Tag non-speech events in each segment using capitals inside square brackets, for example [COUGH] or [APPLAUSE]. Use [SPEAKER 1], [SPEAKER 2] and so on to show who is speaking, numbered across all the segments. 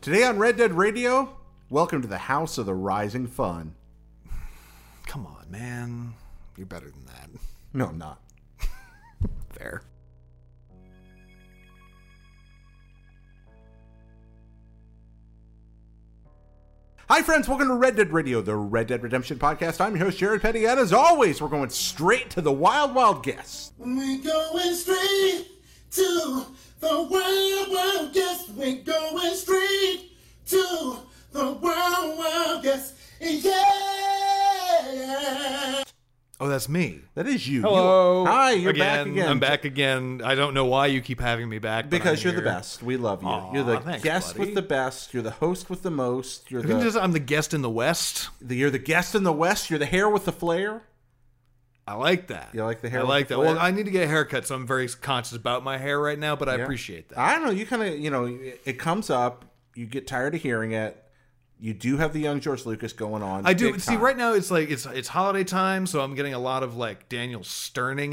[SPEAKER 1] Today on Red Dead Radio, welcome to the House of the Rising Fun.
[SPEAKER 2] Come on, man. You're better than that.
[SPEAKER 1] No, I'm not.
[SPEAKER 2] [LAUGHS] Fair.
[SPEAKER 1] Hi, friends. Welcome to Red Dead Radio, the Red Dead Redemption podcast. I'm your host, Jared Petty, and as always, we're going straight to the wild, wild guess.
[SPEAKER 3] We going straight to the wild, wild guess. We going straight to the wild, wild guess. Yeah.
[SPEAKER 2] Oh, that's me.
[SPEAKER 1] That is you.
[SPEAKER 2] Hello.
[SPEAKER 1] You- Hi, you're back
[SPEAKER 2] again.
[SPEAKER 1] again.
[SPEAKER 2] I'm back again. I don't know why you keep having me back. but
[SPEAKER 1] Because
[SPEAKER 2] I'm
[SPEAKER 1] you're the
[SPEAKER 2] here.
[SPEAKER 1] best. We love you.
[SPEAKER 2] Aw,
[SPEAKER 1] you're the
[SPEAKER 2] thanks,
[SPEAKER 1] guest
[SPEAKER 2] buddy.
[SPEAKER 1] with the best. You're the host with the most. You're
[SPEAKER 2] You can
[SPEAKER 1] the,
[SPEAKER 2] just- I'm the guest in the West.
[SPEAKER 1] the- you're the guest in the West. You're the hair with the flair.
[SPEAKER 2] I like that.
[SPEAKER 1] You like the hair
[SPEAKER 2] I
[SPEAKER 1] with
[SPEAKER 2] like
[SPEAKER 1] the
[SPEAKER 2] that. Well,
[SPEAKER 1] flare?
[SPEAKER 2] I need to get a haircut, so I'm very conscious about my hair right now, but I appreciate that.
[SPEAKER 1] I don't know. You kind of, you know, it it comes up. You get tired of hearing it. You do have the young George Lucas going on.
[SPEAKER 2] I do
[SPEAKER 1] big
[SPEAKER 2] see
[SPEAKER 1] time.
[SPEAKER 2] right now it's like it's it's holiday time, so I'm getting a lot of like Daniel Sterning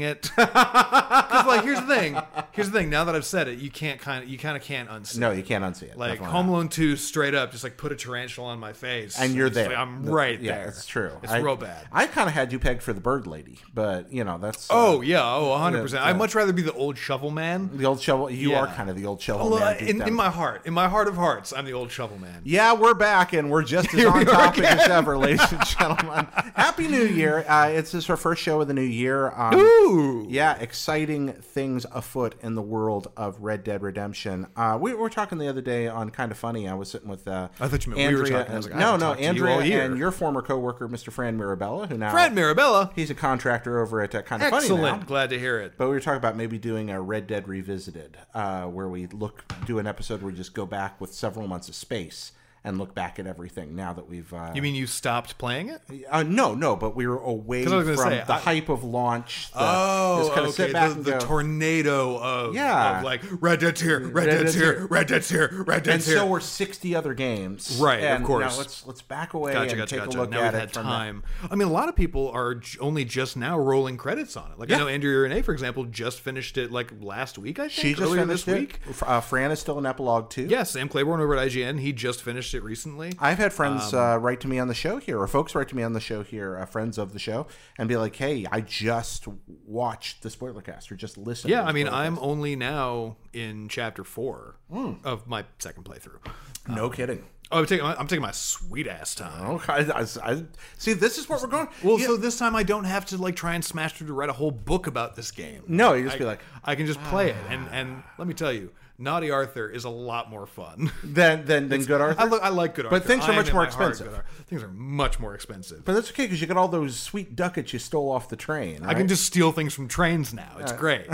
[SPEAKER 1] [LAUGHS]
[SPEAKER 2] it. 'Cause, like here's the thing, here's the thing. Now that I've said it, you can't kind of you kind of can't unsee.
[SPEAKER 1] No, you can't unsee it.
[SPEAKER 2] Like
[SPEAKER 1] Definitely
[SPEAKER 2] Home
[SPEAKER 1] not.
[SPEAKER 2] Alone Two, straight up, just like put a tarantula on my face,
[SPEAKER 1] and you're
[SPEAKER 2] It's like,
[SPEAKER 1] there.
[SPEAKER 2] I'm
[SPEAKER 1] The-
[SPEAKER 2] right
[SPEAKER 1] yeah,
[SPEAKER 2] there.
[SPEAKER 1] It's true.
[SPEAKER 2] It's
[SPEAKER 1] I-
[SPEAKER 2] real bad.
[SPEAKER 1] I kind of had you pegged for the bird lady, but you know that's uh,
[SPEAKER 2] Oh yeah, oh 100. percent
[SPEAKER 1] Yeah, yeah.
[SPEAKER 2] I'd much rather be the old shovel man.
[SPEAKER 1] the old shovel. You
[SPEAKER 2] Yeah.
[SPEAKER 1] are kind of the old shovel.
[SPEAKER 2] Well,
[SPEAKER 1] Oh,
[SPEAKER 2] uh,
[SPEAKER 1] man, deep
[SPEAKER 2] in,
[SPEAKER 1] down.
[SPEAKER 2] in my heart, in my heart of hearts, I'm the old shovel man.
[SPEAKER 1] Yeah, we're back and we're just
[SPEAKER 2] [LAUGHS]
[SPEAKER 1] as
[SPEAKER 2] Here
[SPEAKER 1] on
[SPEAKER 2] we are
[SPEAKER 1] topic as ever, ladies and gentlemen. Happy New Year! Uh, it's this is our first show of the new year. Um,
[SPEAKER 2] Ooh.
[SPEAKER 1] Yeah, exciting things afoot in the world of Red Dead Redemption. Uh, we were talking the other day on Kind of Funny. I was sitting with uh,
[SPEAKER 2] I thought you meant we
[SPEAKER 1] Andrea
[SPEAKER 2] were talking. I was
[SPEAKER 1] and-
[SPEAKER 2] like, I
[SPEAKER 1] no,
[SPEAKER 2] haven't
[SPEAKER 1] no,
[SPEAKER 2] talked to you all
[SPEAKER 1] Andrea
[SPEAKER 2] year.
[SPEAKER 1] and your former coworker, Mr. Fran Mirabella, who now
[SPEAKER 2] Fred Mirabella.
[SPEAKER 1] he's a contractor over at uh, Kind of Funny
[SPEAKER 2] Excellent.
[SPEAKER 1] now.
[SPEAKER 2] Glad to hear it.
[SPEAKER 1] But we were talking about maybe doing a Red Dead Revisited, uh, where we look do an episode where we just go back with several months of space and look back at everything. Now that we've uh,
[SPEAKER 2] You mean you stopped playing it?
[SPEAKER 1] uh, no, no, but we were away
[SPEAKER 2] 'Cause I was
[SPEAKER 1] from
[SPEAKER 2] gonna say,
[SPEAKER 1] the
[SPEAKER 2] I-
[SPEAKER 1] hype of launch. The,
[SPEAKER 2] Oh,
[SPEAKER 1] just kinda
[SPEAKER 2] okay.
[SPEAKER 1] sit back
[SPEAKER 2] the,
[SPEAKER 1] and
[SPEAKER 2] the
[SPEAKER 1] go-
[SPEAKER 2] tornado of,
[SPEAKER 1] Yeah.
[SPEAKER 2] of like Red Dead's here, Red,
[SPEAKER 1] Dead's
[SPEAKER 2] Dead's here, Red Dead's here, Red
[SPEAKER 1] and
[SPEAKER 2] Dead's here.
[SPEAKER 1] so were 60 other games
[SPEAKER 2] Right, of
[SPEAKER 1] and now
[SPEAKER 2] course.
[SPEAKER 1] let's let's back away
[SPEAKER 2] gotcha,
[SPEAKER 1] and
[SPEAKER 2] gotcha,
[SPEAKER 1] take
[SPEAKER 2] gotcha.
[SPEAKER 1] a look
[SPEAKER 2] now
[SPEAKER 1] at
[SPEAKER 2] we've
[SPEAKER 1] it
[SPEAKER 2] had
[SPEAKER 1] from
[SPEAKER 2] time. I mean, a lot of people are j- only just now rolling credits on it. Like
[SPEAKER 1] Yeah.
[SPEAKER 2] I know Andrea Renee, for example, just finished it like last week. I think
[SPEAKER 1] that. she just
[SPEAKER 2] earlier
[SPEAKER 1] finished
[SPEAKER 2] this
[SPEAKER 1] it
[SPEAKER 2] week.
[SPEAKER 1] F- uh, fran is still in epilogue too
[SPEAKER 2] Yeah, Sam Claiborne over at IGN, he just finished it recently.
[SPEAKER 1] I've had friends
[SPEAKER 2] Um,
[SPEAKER 1] uh, write to me on the show here, or folks write to me on the show here, uh, friends of the show, and be like, "Hey, I just watched the spoiler cast, or just listened."
[SPEAKER 2] yeah,
[SPEAKER 1] to the
[SPEAKER 2] I mean,
[SPEAKER 1] spoiler
[SPEAKER 2] I'm only now in chapter four of my second playthrough.
[SPEAKER 1] cast." no kidding.
[SPEAKER 2] Oh, I'm taking, my, I'm taking my sweet ass time.
[SPEAKER 1] Okay, I, I- I- see. This is what we're going.
[SPEAKER 2] Well, so this time I don't have to like try and smash through to write a whole book about this game.
[SPEAKER 1] No, you just
[SPEAKER 2] I,
[SPEAKER 1] be like,
[SPEAKER 2] I can just play it, and and let me tell you, Naughty Arthur is a lot more fun. [LAUGHS]
[SPEAKER 1] then, then, then, good Arthur.
[SPEAKER 2] I, look, I like good Arthur,
[SPEAKER 1] things are
[SPEAKER 2] I am
[SPEAKER 1] much
[SPEAKER 2] in
[SPEAKER 1] more
[SPEAKER 2] my heart
[SPEAKER 1] expensive.
[SPEAKER 2] good Arthur. Things are much more expensive.
[SPEAKER 1] but that's okay because you got all those sweet ducats you stole off the train.
[SPEAKER 2] I
[SPEAKER 1] right?
[SPEAKER 2] can just steal things from trains now.
[SPEAKER 1] [LAUGHS]
[SPEAKER 2] It's great.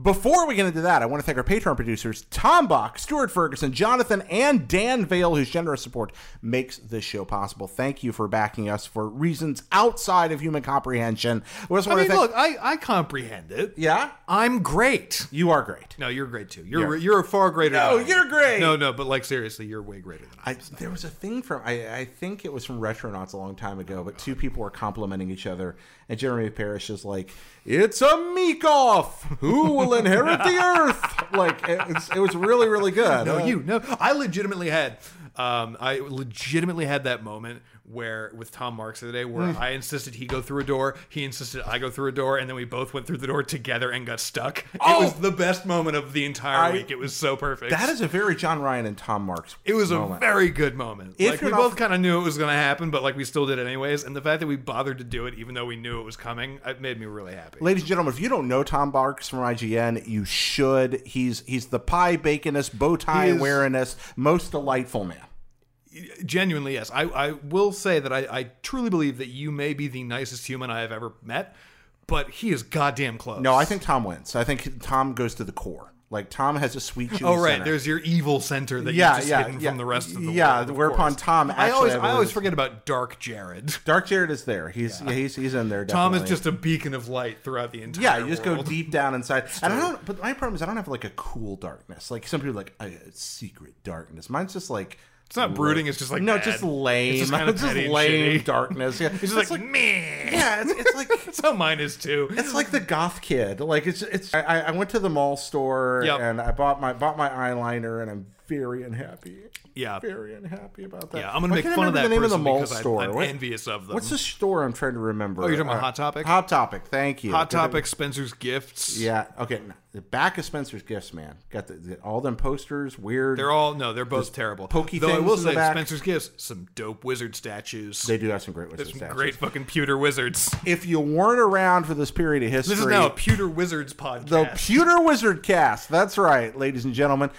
[SPEAKER 1] Before we get into that, I want to thank our Patreon producers, Tom Bach, Stuart Ferguson, Jonathan, and Dan Vale, whose generous support makes this show possible. Thank you for backing us for reasons outside of human comprehension. We also
[SPEAKER 2] I
[SPEAKER 1] want
[SPEAKER 2] mean,
[SPEAKER 1] to thank-
[SPEAKER 2] look, I, I comprehend it.
[SPEAKER 1] yeah,
[SPEAKER 2] I'm great.
[SPEAKER 1] you are great.
[SPEAKER 2] No, you're great too. You're you're a far greater.
[SPEAKER 1] No,
[SPEAKER 2] than I am.
[SPEAKER 1] you're great.
[SPEAKER 2] No, no, but like seriously, you're way greater than I.
[SPEAKER 1] I, there was a thing from I, I think it was from Retronauts a long time ago, but two people were complimenting each other, and Jeremy Parrish is like, "It's a meek off. Who will inherit the earth?" Like it, it's, it was really, really good.
[SPEAKER 2] No,
[SPEAKER 1] Uh,
[SPEAKER 2] you no. I legitimately had, um, I legitimately had that moment where with Tom Marks the other day where
[SPEAKER 1] Mm.
[SPEAKER 2] I insisted he go through a door, he insisted I go through a door, and then we both went through the door together and got stuck.
[SPEAKER 1] Oh!
[SPEAKER 2] It was the best moment of the entire
[SPEAKER 1] I-
[SPEAKER 2] week. It was so perfect.
[SPEAKER 1] That is a very John Ryan and Tom Marks.
[SPEAKER 2] It was
[SPEAKER 1] moment.
[SPEAKER 2] a very good moment.
[SPEAKER 1] If
[SPEAKER 2] like
[SPEAKER 1] you're
[SPEAKER 2] we
[SPEAKER 1] not-
[SPEAKER 2] both kind of knew it was going to happen, but like we still did it anyways. And the fact that we bothered to do it, even though we knew it was coming, it made me really happy.
[SPEAKER 1] Ladies and gentlemen, if you don't know Tom Barks from IGN, you should. He's he's the pie baconist, bow tie
[SPEAKER 2] He is-
[SPEAKER 1] wearingest, most delightful man.
[SPEAKER 2] genuinely yes i, I will say that I, I truly believe that you may be the nicest human i have ever met but he is goddamn close
[SPEAKER 1] No, I think Tom wins. I think Tom goes to the core. Like Tom has a sweet. chewy
[SPEAKER 2] [LAUGHS] Oh right,
[SPEAKER 1] center.
[SPEAKER 2] there's your evil center that
[SPEAKER 1] Yeah,
[SPEAKER 2] you've just
[SPEAKER 1] yeah,
[SPEAKER 2] hidden
[SPEAKER 1] yeah.
[SPEAKER 2] from the rest of the
[SPEAKER 1] Yeah,
[SPEAKER 2] world. of
[SPEAKER 1] whereupon
[SPEAKER 2] course.
[SPEAKER 1] Tom
[SPEAKER 2] I always,
[SPEAKER 1] actually, I
[SPEAKER 2] I always
[SPEAKER 1] believe-
[SPEAKER 2] forget about Dark Jared.
[SPEAKER 1] Dark Jared is there. He's yeah. he's he's in there.
[SPEAKER 2] Tom is
[SPEAKER 1] definitely.
[SPEAKER 2] just a beacon of light throughout the entire.
[SPEAKER 1] Yeah, you just go
[SPEAKER 2] world.
[SPEAKER 1] deep down inside. And I don't. But my problem is I don't have like a cool darkness. Like some people are like a secret darkness. Mine's just like.
[SPEAKER 2] It's not brooding. It's just like
[SPEAKER 1] no,
[SPEAKER 2] bad.
[SPEAKER 1] just lame. [LAUGHS]
[SPEAKER 2] It's just, kind of petty and
[SPEAKER 1] lame
[SPEAKER 2] shitty.
[SPEAKER 1] darkness. Yeah, it's
[SPEAKER 2] [LAUGHS] It's just like, meh. [LAUGHS]
[SPEAKER 1] yeah, it's, it's like
[SPEAKER 2] That's how mine is too.
[SPEAKER 1] It's like the goth kid. Like it's it's. I, I went to the mall store
[SPEAKER 2] Yep.
[SPEAKER 1] and I bought my bought my eyeliner and I'm very unhappy.
[SPEAKER 2] Yeah.
[SPEAKER 1] very unhappy about that.
[SPEAKER 2] Yeah, I'm gonna
[SPEAKER 1] Why
[SPEAKER 2] make
[SPEAKER 1] can't I
[SPEAKER 2] fun of
[SPEAKER 1] remember
[SPEAKER 2] that
[SPEAKER 1] the name of the
[SPEAKER 2] person
[SPEAKER 1] mall
[SPEAKER 2] because I-
[SPEAKER 1] store.
[SPEAKER 2] I'm
[SPEAKER 1] What-
[SPEAKER 2] envious of them.
[SPEAKER 1] What's the store I'm trying to remember? Oh,
[SPEAKER 2] you're talking about Hot Topic?
[SPEAKER 1] Hot Topic. Thank you.
[SPEAKER 2] Hot
[SPEAKER 1] Good thing-
[SPEAKER 2] Topic, Spencer's Gifts.
[SPEAKER 1] Yeah. Okay. n- The back of Spencer's Gifts, man. Got the, the- all them posters. Weird.
[SPEAKER 2] They're all no, they're both terrible.
[SPEAKER 1] pokey
[SPEAKER 2] Though I
[SPEAKER 1] things
[SPEAKER 2] will
[SPEAKER 1] in the
[SPEAKER 2] say,
[SPEAKER 1] back.
[SPEAKER 2] Spencer's Gifts, some dope wizard statues.
[SPEAKER 1] They do have some great
[SPEAKER 2] There's
[SPEAKER 1] wizard
[SPEAKER 2] some
[SPEAKER 1] statues.
[SPEAKER 2] great fucking pewter wizards.
[SPEAKER 1] If you weren't around for this period of history,
[SPEAKER 2] This is now a pewter wizards podcast.
[SPEAKER 1] the Pewter Wizard Cast. That's right, ladies and gentlemen.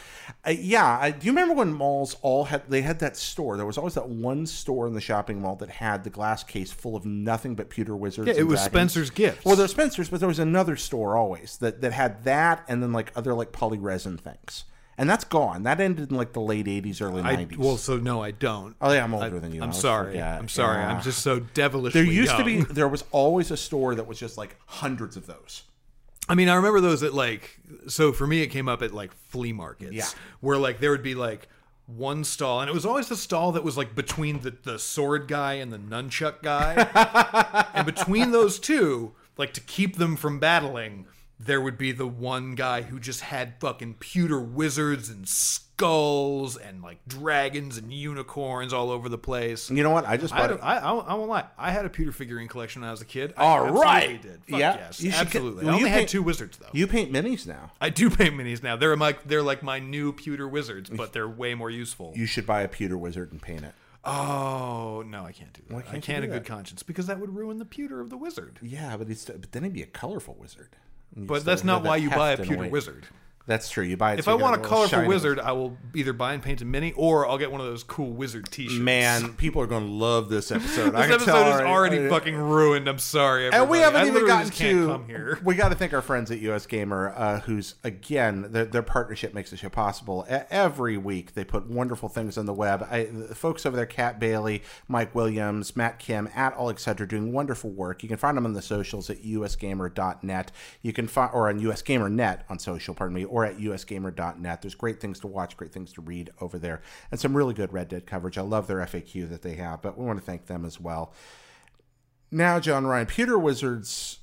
[SPEAKER 1] Uh, yeah, I, do you remember when malls all had? They had that store. There was always that one store in the shopping mall that had the glass case full of nothing but pewter wizards.
[SPEAKER 2] Yeah, it
[SPEAKER 1] and
[SPEAKER 2] was
[SPEAKER 1] dragons.
[SPEAKER 2] Spencer's Gifts.
[SPEAKER 1] Well, there's Spencer's, but there was another store always that that had that, and then like other like poly resin things. And that's gone. That ended in like the late '80s, early
[SPEAKER 2] I,
[SPEAKER 1] '90s.
[SPEAKER 2] well, so no, I don't.
[SPEAKER 1] oh yeah, I'm older than you. I
[SPEAKER 2] I'm
[SPEAKER 1] always
[SPEAKER 2] sorry.
[SPEAKER 1] forget.
[SPEAKER 2] I'm sorry.
[SPEAKER 1] Yeah.
[SPEAKER 2] I'm just so devilish.
[SPEAKER 1] There used to be. There was always a store that was just like hundreds of those.
[SPEAKER 2] I mean, I remember those at like. So for me, it came up at like flea markets,
[SPEAKER 1] Yeah.
[SPEAKER 2] where like there would be like one stall, and it was always the stall that was like between the the sword guy and the nunchuck guy, and between those two, like to keep them from battling, there would be the one guy who just had fucking pewter wizards and skulls and like dragons and unicorns all over the place.
[SPEAKER 1] You know what? I just
[SPEAKER 2] I,
[SPEAKER 1] bought.
[SPEAKER 2] don't, I, I, won't- I won't lie. I had a pewter figurine collection when I was a kid. I
[SPEAKER 1] All
[SPEAKER 2] absolutely
[SPEAKER 1] right.
[SPEAKER 2] Did. Fuck
[SPEAKER 1] Yeah,
[SPEAKER 2] yes.
[SPEAKER 1] you should get-
[SPEAKER 2] absolutely.
[SPEAKER 1] well,
[SPEAKER 2] I
[SPEAKER 1] you
[SPEAKER 2] only
[SPEAKER 1] can-
[SPEAKER 2] had two wizards though.
[SPEAKER 1] you paint minis now.
[SPEAKER 2] I do paint minis now. They're like they're like my new pewter wizards, but they're way more useful.
[SPEAKER 1] You should buy a pewter wizard and paint it.
[SPEAKER 2] Oh no, I can't do that.
[SPEAKER 1] can't
[SPEAKER 2] I
[SPEAKER 1] you
[SPEAKER 2] can't
[SPEAKER 1] do
[SPEAKER 2] in
[SPEAKER 1] that?
[SPEAKER 2] good conscience because that would ruin the pewter of the wizard.
[SPEAKER 1] Yeah, but it's but then he'd be a colorful wizard. And you
[SPEAKER 2] But
[SPEAKER 1] still
[SPEAKER 2] that's
[SPEAKER 1] have
[SPEAKER 2] not
[SPEAKER 1] that
[SPEAKER 2] why you buy a
[SPEAKER 1] heft and
[SPEAKER 2] pewter
[SPEAKER 1] weight.
[SPEAKER 2] wizard.
[SPEAKER 1] That's true. You buy it.
[SPEAKER 2] If
[SPEAKER 1] so
[SPEAKER 2] I
[SPEAKER 1] you got
[SPEAKER 2] want a
[SPEAKER 1] little
[SPEAKER 2] colorful
[SPEAKER 1] shiny
[SPEAKER 2] wizard, I will either buy and paint a mini, or I'll get one of those cool wizard T-shirts.
[SPEAKER 1] man, people are going to love this
[SPEAKER 2] [LAUGHS]
[SPEAKER 1] episode. I
[SPEAKER 2] this
[SPEAKER 1] can
[SPEAKER 2] episode
[SPEAKER 1] tell
[SPEAKER 2] is already
[SPEAKER 1] I-
[SPEAKER 2] fucking ruined. I'm sorry, everybody.
[SPEAKER 1] And we haven't
[SPEAKER 2] I
[SPEAKER 1] even
[SPEAKER 2] literally
[SPEAKER 1] gotten
[SPEAKER 2] just can't
[SPEAKER 1] to.
[SPEAKER 2] come here.
[SPEAKER 1] We got to thank our friends at US Gamer, uh, who's again their, their partnership makes this show possible. E- every week they put wonderful things on the web. I, the folks over there, Kat Bailey, Mike Williams, Matt Kim, at all etc. doing wonderful work. You can find them on the socials at usgamer.net. You can find or on usgamer.net on social, pardon me, or at usgamer.net. There's great things to watch, great things to read over there, and some really good Red Dead coverage. I love their FAQ that they have, but we want to thank them as well. Now, John Ryan, pewter wizards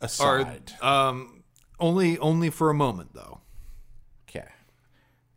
[SPEAKER 2] Are,
[SPEAKER 1] aside,
[SPEAKER 2] um, only only for a moment though.
[SPEAKER 1] okay,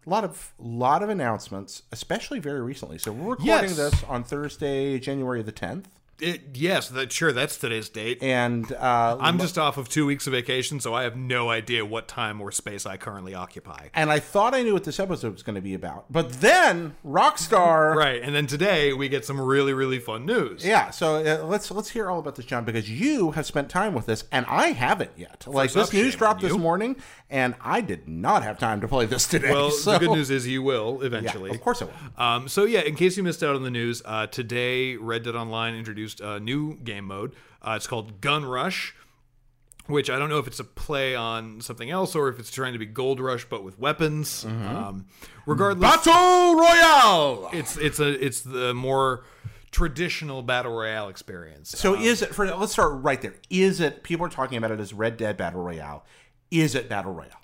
[SPEAKER 1] a lot of lot of announcements, especially very recently. So we're recording
[SPEAKER 2] Yes.
[SPEAKER 1] this on Thursday, January the tenth,
[SPEAKER 2] It, yes, that sure that's today's date.
[SPEAKER 1] and uh,
[SPEAKER 2] I'm just off of two weeks of vacation, so I have no idea what time or space I currently occupy.
[SPEAKER 1] and I thought I knew what this episode was going to be about, but then Rockstar,
[SPEAKER 2] Right, and then today we get some really really fun news.
[SPEAKER 1] yeah. So uh, let's let's hear all about this, John, because you have spent time with this, and I haven't yet. like
[SPEAKER 2] up,
[SPEAKER 1] this news
[SPEAKER 2] shame
[SPEAKER 1] dropped
[SPEAKER 2] on
[SPEAKER 1] this
[SPEAKER 2] you.
[SPEAKER 1] morning, and I did not have time to play this today. [LAUGHS]
[SPEAKER 2] Well,
[SPEAKER 1] so,
[SPEAKER 2] the good news is you will
[SPEAKER 1] yeah,
[SPEAKER 2] eventually.
[SPEAKER 1] of course I will.
[SPEAKER 2] Um, so yeah, in case you missed out on the news, uh, today Red Dead Online introduced a new game mode. Uh, it's called Gun Rush, which I don't know if it's a play on something else or if it's trying to be Gold Rush but with weapons. Um, regardless,
[SPEAKER 1] Mm-hmm. Battle Royale.
[SPEAKER 2] it's it's a it's the more traditional battle royale experience.
[SPEAKER 1] So is it for let's start right there. Is it people are talking about it as Red Dead Battle Royale? Is it Battle Royale?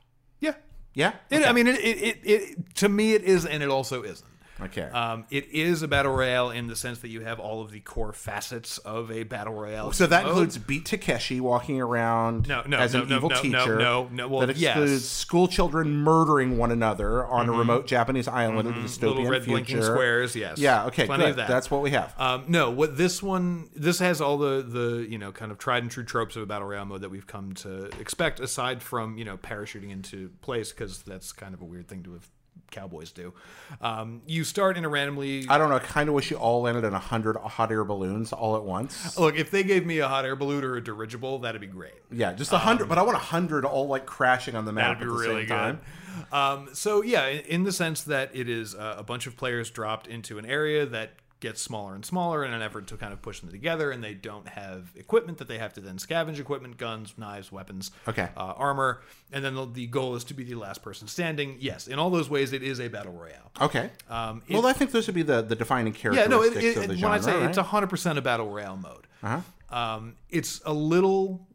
[SPEAKER 2] yeah,
[SPEAKER 1] Yeah?
[SPEAKER 2] it, I mean, it, it, it, it to me it is, and it also isn't.
[SPEAKER 1] Okay.
[SPEAKER 2] Um, it is a battle royale in the sense that you have all of the core facets of a battle royale.
[SPEAKER 1] so that
[SPEAKER 2] mode.
[SPEAKER 1] includes Beat Takeshi walking around
[SPEAKER 2] oh. No, no,
[SPEAKER 1] as
[SPEAKER 2] no,
[SPEAKER 1] an
[SPEAKER 2] no,
[SPEAKER 1] evil
[SPEAKER 2] no, no,
[SPEAKER 1] teacher.
[SPEAKER 2] no, no, well,
[SPEAKER 1] that excludes
[SPEAKER 2] yes. Mm-hmm.
[SPEAKER 1] school children murdering one another on a remote Japanese island in the dystopian
[SPEAKER 2] little red blinking
[SPEAKER 1] future.
[SPEAKER 2] squares. Yes.
[SPEAKER 1] Yeah, okay,
[SPEAKER 2] Plenty
[SPEAKER 1] good.
[SPEAKER 2] of that.
[SPEAKER 1] That's what we have.
[SPEAKER 2] Um, no, what this one this has all the the you know kind of tried and true tropes of a battle royale mode that we've come to expect, aside from you know parachuting into place because that's kind of a weird thing to have cowboys do. Um, you start in a randomly
[SPEAKER 1] I don't know, I kinda wish you all landed on a hundred hot air balloons all at once.
[SPEAKER 2] look. If they gave me a hot air balloon or a dirigible, that'd be great.
[SPEAKER 1] Yeah, just a hundred but I want a hundred all like crashing on the map at
[SPEAKER 2] Um, That'd be
[SPEAKER 1] the
[SPEAKER 2] really
[SPEAKER 1] same time.
[SPEAKER 2] good. Um, so yeah, in, in the sense that it is uh, a bunch of players dropped into an area that gets smaller and smaller in an effort to kind of push them together, and they don't have equipment that they have to then scavenge equipment, guns, knives, weapons,
[SPEAKER 1] Okay.
[SPEAKER 2] uh, armor, and then the, the goal is to be the last person standing. Yes, in all those ways, it is a battle royale.
[SPEAKER 1] Okay.
[SPEAKER 2] Um,
[SPEAKER 1] well, I think those would be the, the defining
[SPEAKER 2] Yeah,
[SPEAKER 1] characteristics
[SPEAKER 2] no, it, it,
[SPEAKER 1] of
[SPEAKER 2] it-
[SPEAKER 1] the
[SPEAKER 2] when
[SPEAKER 1] genre.
[SPEAKER 2] I say
[SPEAKER 1] right? Uh-huh.
[SPEAKER 2] it's hundred percent a battle royale mode, um, it's a little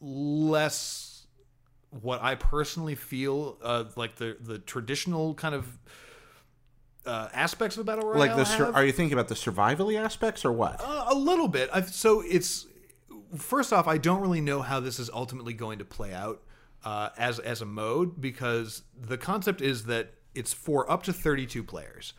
[SPEAKER 2] less what I personally feel uh, like the the traditional kind of uh, aspects of a battle royale.
[SPEAKER 1] like the
[SPEAKER 2] have.
[SPEAKER 1] sur- are you thinking about the survivally aspects or what?
[SPEAKER 2] Uh, a little bit. I've, so it's first off, I don't really know how this is ultimately going to play out uh, as as a mode because the concept is that it's for up to 32 players.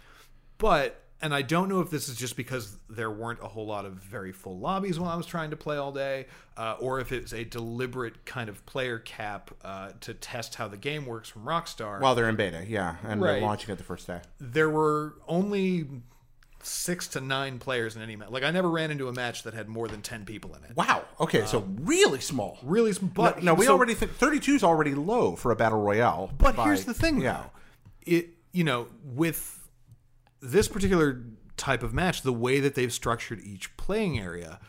[SPEAKER 2] But and I don't know if this is just because there weren't a whole lot of very full lobbies while I was trying to play all day, uh, or if it's a deliberate kind of player cap uh, to test how the game works from Rockstar.
[SPEAKER 1] While they're in beta, yeah, and they're
[SPEAKER 2] Right.
[SPEAKER 1] launching it the first day.
[SPEAKER 2] there were only six to nine players in any match. Like I never ran into a match that had more than ten people in it.
[SPEAKER 1] Wow. Okay, so really small.
[SPEAKER 2] Really, sm- Um, but
[SPEAKER 1] no, we
[SPEAKER 2] so-
[SPEAKER 1] already think 32 is already low for a battle royale.
[SPEAKER 2] But
[SPEAKER 1] by-
[SPEAKER 2] here's the thing,
[SPEAKER 1] Yeah.
[SPEAKER 2] though. It you know with this particular type of match, the way that they've structured each playing area,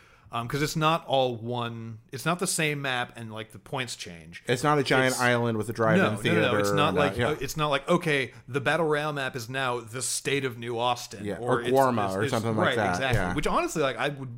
[SPEAKER 2] because it's not all one. It's not the same map, and like the points change.
[SPEAKER 1] It's not a giant island with a drive-in
[SPEAKER 2] no, no,
[SPEAKER 1] theater.
[SPEAKER 2] no, no, it's not
[SPEAKER 1] and, uh,
[SPEAKER 2] like
[SPEAKER 1] yeah.
[SPEAKER 2] it's not like okay, the battle royale map is now the state of New Austin,
[SPEAKER 1] Yeah, or
[SPEAKER 2] it's-
[SPEAKER 1] Guarma
[SPEAKER 2] it's-
[SPEAKER 1] or
[SPEAKER 2] it's-
[SPEAKER 1] something like
[SPEAKER 2] right,
[SPEAKER 1] that,
[SPEAKER 2] Exactly,
[SPEAKER 1] yeah.
[SPEAKER 2] which honestly, like I would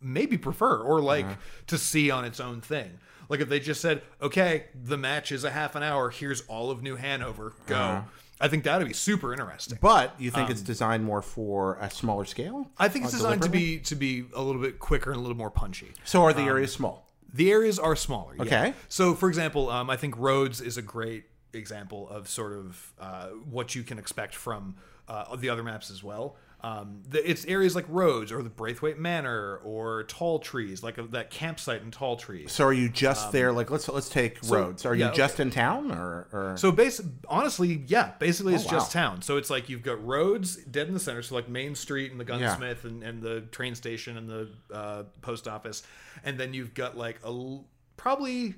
[SPEAKER 2] maybe prefer or like to see on its own thing. Like if they just said, okay, the match is a half an hour. Here's all of New Hanover. Go.
[SPEAKER 1] Uh-huh.
[SPEAKER 2] I think that would be super interesting.
[SPEAKER 1] But you think it's designed more for a smaller scale?
[SPEAKER 2] um, I think it's
[SPEAKER 1] Uh,
[SPEAKER 2] designed to
[SPEAKER 1] deliberately?
[SPEAKER 2] be to be a little bit quicker and a little more punchy.
[SPEAKER 1] So are the
[SPEAKER 2] um,
[SPEAKER 1] areas small?
[SPEAKER 2] The areas are smaller. yeah.
[SPEAKER 1] Okay.
[SPEAKER 2] So, for example, um, I think Rhodes is a great example of sort of uh, what you can expect from uh, the other maps as well. Um, the, it's areas like Rhodes or the Braithwaite Manor or Tall Trees, like uh, that campsite in Tall Trees.
[SPEAKER 1] So are you just there? Like let's let's take roads. Are
[SPEAKER 2] um, yeah,
[SPEAKER 1] you
[SPEAKER 2] okay.
[SPEAKER 1] just in town or? or
[SPEAKER 2] So base honestly, yeah, basically it's
[SPEAKER 1] Oh, wow.
[SPEAKER 2] just town. So it's like you've got roads dead in the center, so like Main Street and the gunsmith and, and the train station and the uh, post office, and then you've got like a l- probably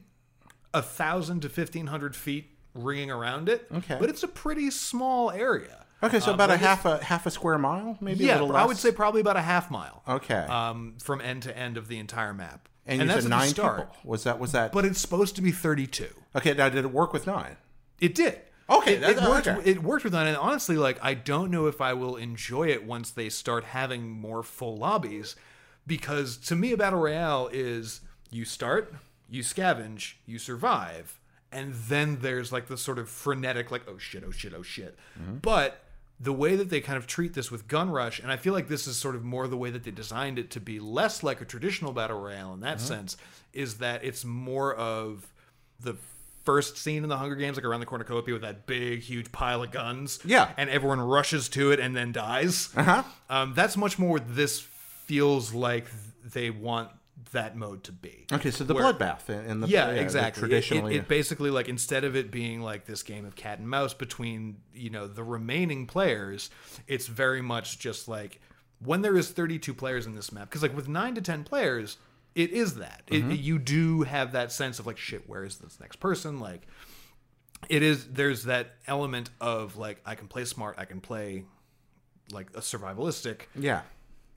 [SPEAKER 2] a thousand to fifteen hundred feet ringing around it.
[SPEAKER 1] Okay.
[SPEAKER 2] but it's a pretty small area.
[SPEAKER 1] okay, so
[SPEAKER 2] Um,
[SPEAKER 1] about a
[SPEAKER 2] like it's-
[SPEAKER 1] half a half a square mile, maybe a
[SPEAKER 2] Yeah,
[SPEAKER 1] little less.
[SPEAKER 2] I would say probably about a half mile.
[SPEAKER 1] Okay.
[SPEAKER 2] Um, from end to end of the entire map,
[SPEAKER 1] and, you
[SPEAKER 2] that's
[SPEAKER 1] said
[SPEAKER 2] at the
[SPEAKER 1] nine
[SPEAKER 2] start.
[SPEAKER 1] people. Was that was that?
[SPEAKER 2] But it's supposed to be thirty-two.
[SPEAKER 1] okay, now did it work with nine?
[SPEAKER 2] It did.
[SPEAKER 1] Okay,
[SPEAKER 2] it,
[SPEAKER 1] that-
[SPEAKER 2] it worked.
[SPEAKER 1] okay.
[SPEAKER 2] It worked with that, and honestly, like I don't know if I will enjoy it once they start having more full lobbies, because to me, a battle royale is you start, you scavenge, you survive, and then there's like the sort of frenetic, like oh shit, oh shit, oh shit.
[SPEAKER 1] Mm-hmm.
[SPEAKER 2] But the way that they kind of treat this with Gun Rush, and I feel like this is sort of more the way that they designed it to be less like a traditional battle royale in that
[SPEAKER 1] Mm-hmm.
[SPEAKER 2] sense, is that it's more of the first scene in the Hunger Games, like around the cornucopia with that big, huge pile of guns.
[SPEAKER 1] Yeah.
[SPEAKER 2] And everyone rushes to it and then dies. Uh-huh. Um, that's much more what this feels like they want that mode to be.
[SPEAKER 1] Okay, so the
[SPEAKER 2] Where-
[SPEAKER 1] bloodbath in in the
[SPEAKER 2] Yeah,
[SPEAKER 1] the
[SPEAKER 2] exactly. It- it-
[SPEAKER 1] traditionally
[SPEAKER 2] it, basically like instead of it being like this game of cat and mouse between you know the remaining players, it's very much just like when there is 32 players in this map because like with nine to ten players, it is that It- you do have that sense of like shit, where is this next person? Like it is there's that element of like I can play smart, I can play like a survivalistic
[SPEAKER 1] yeah.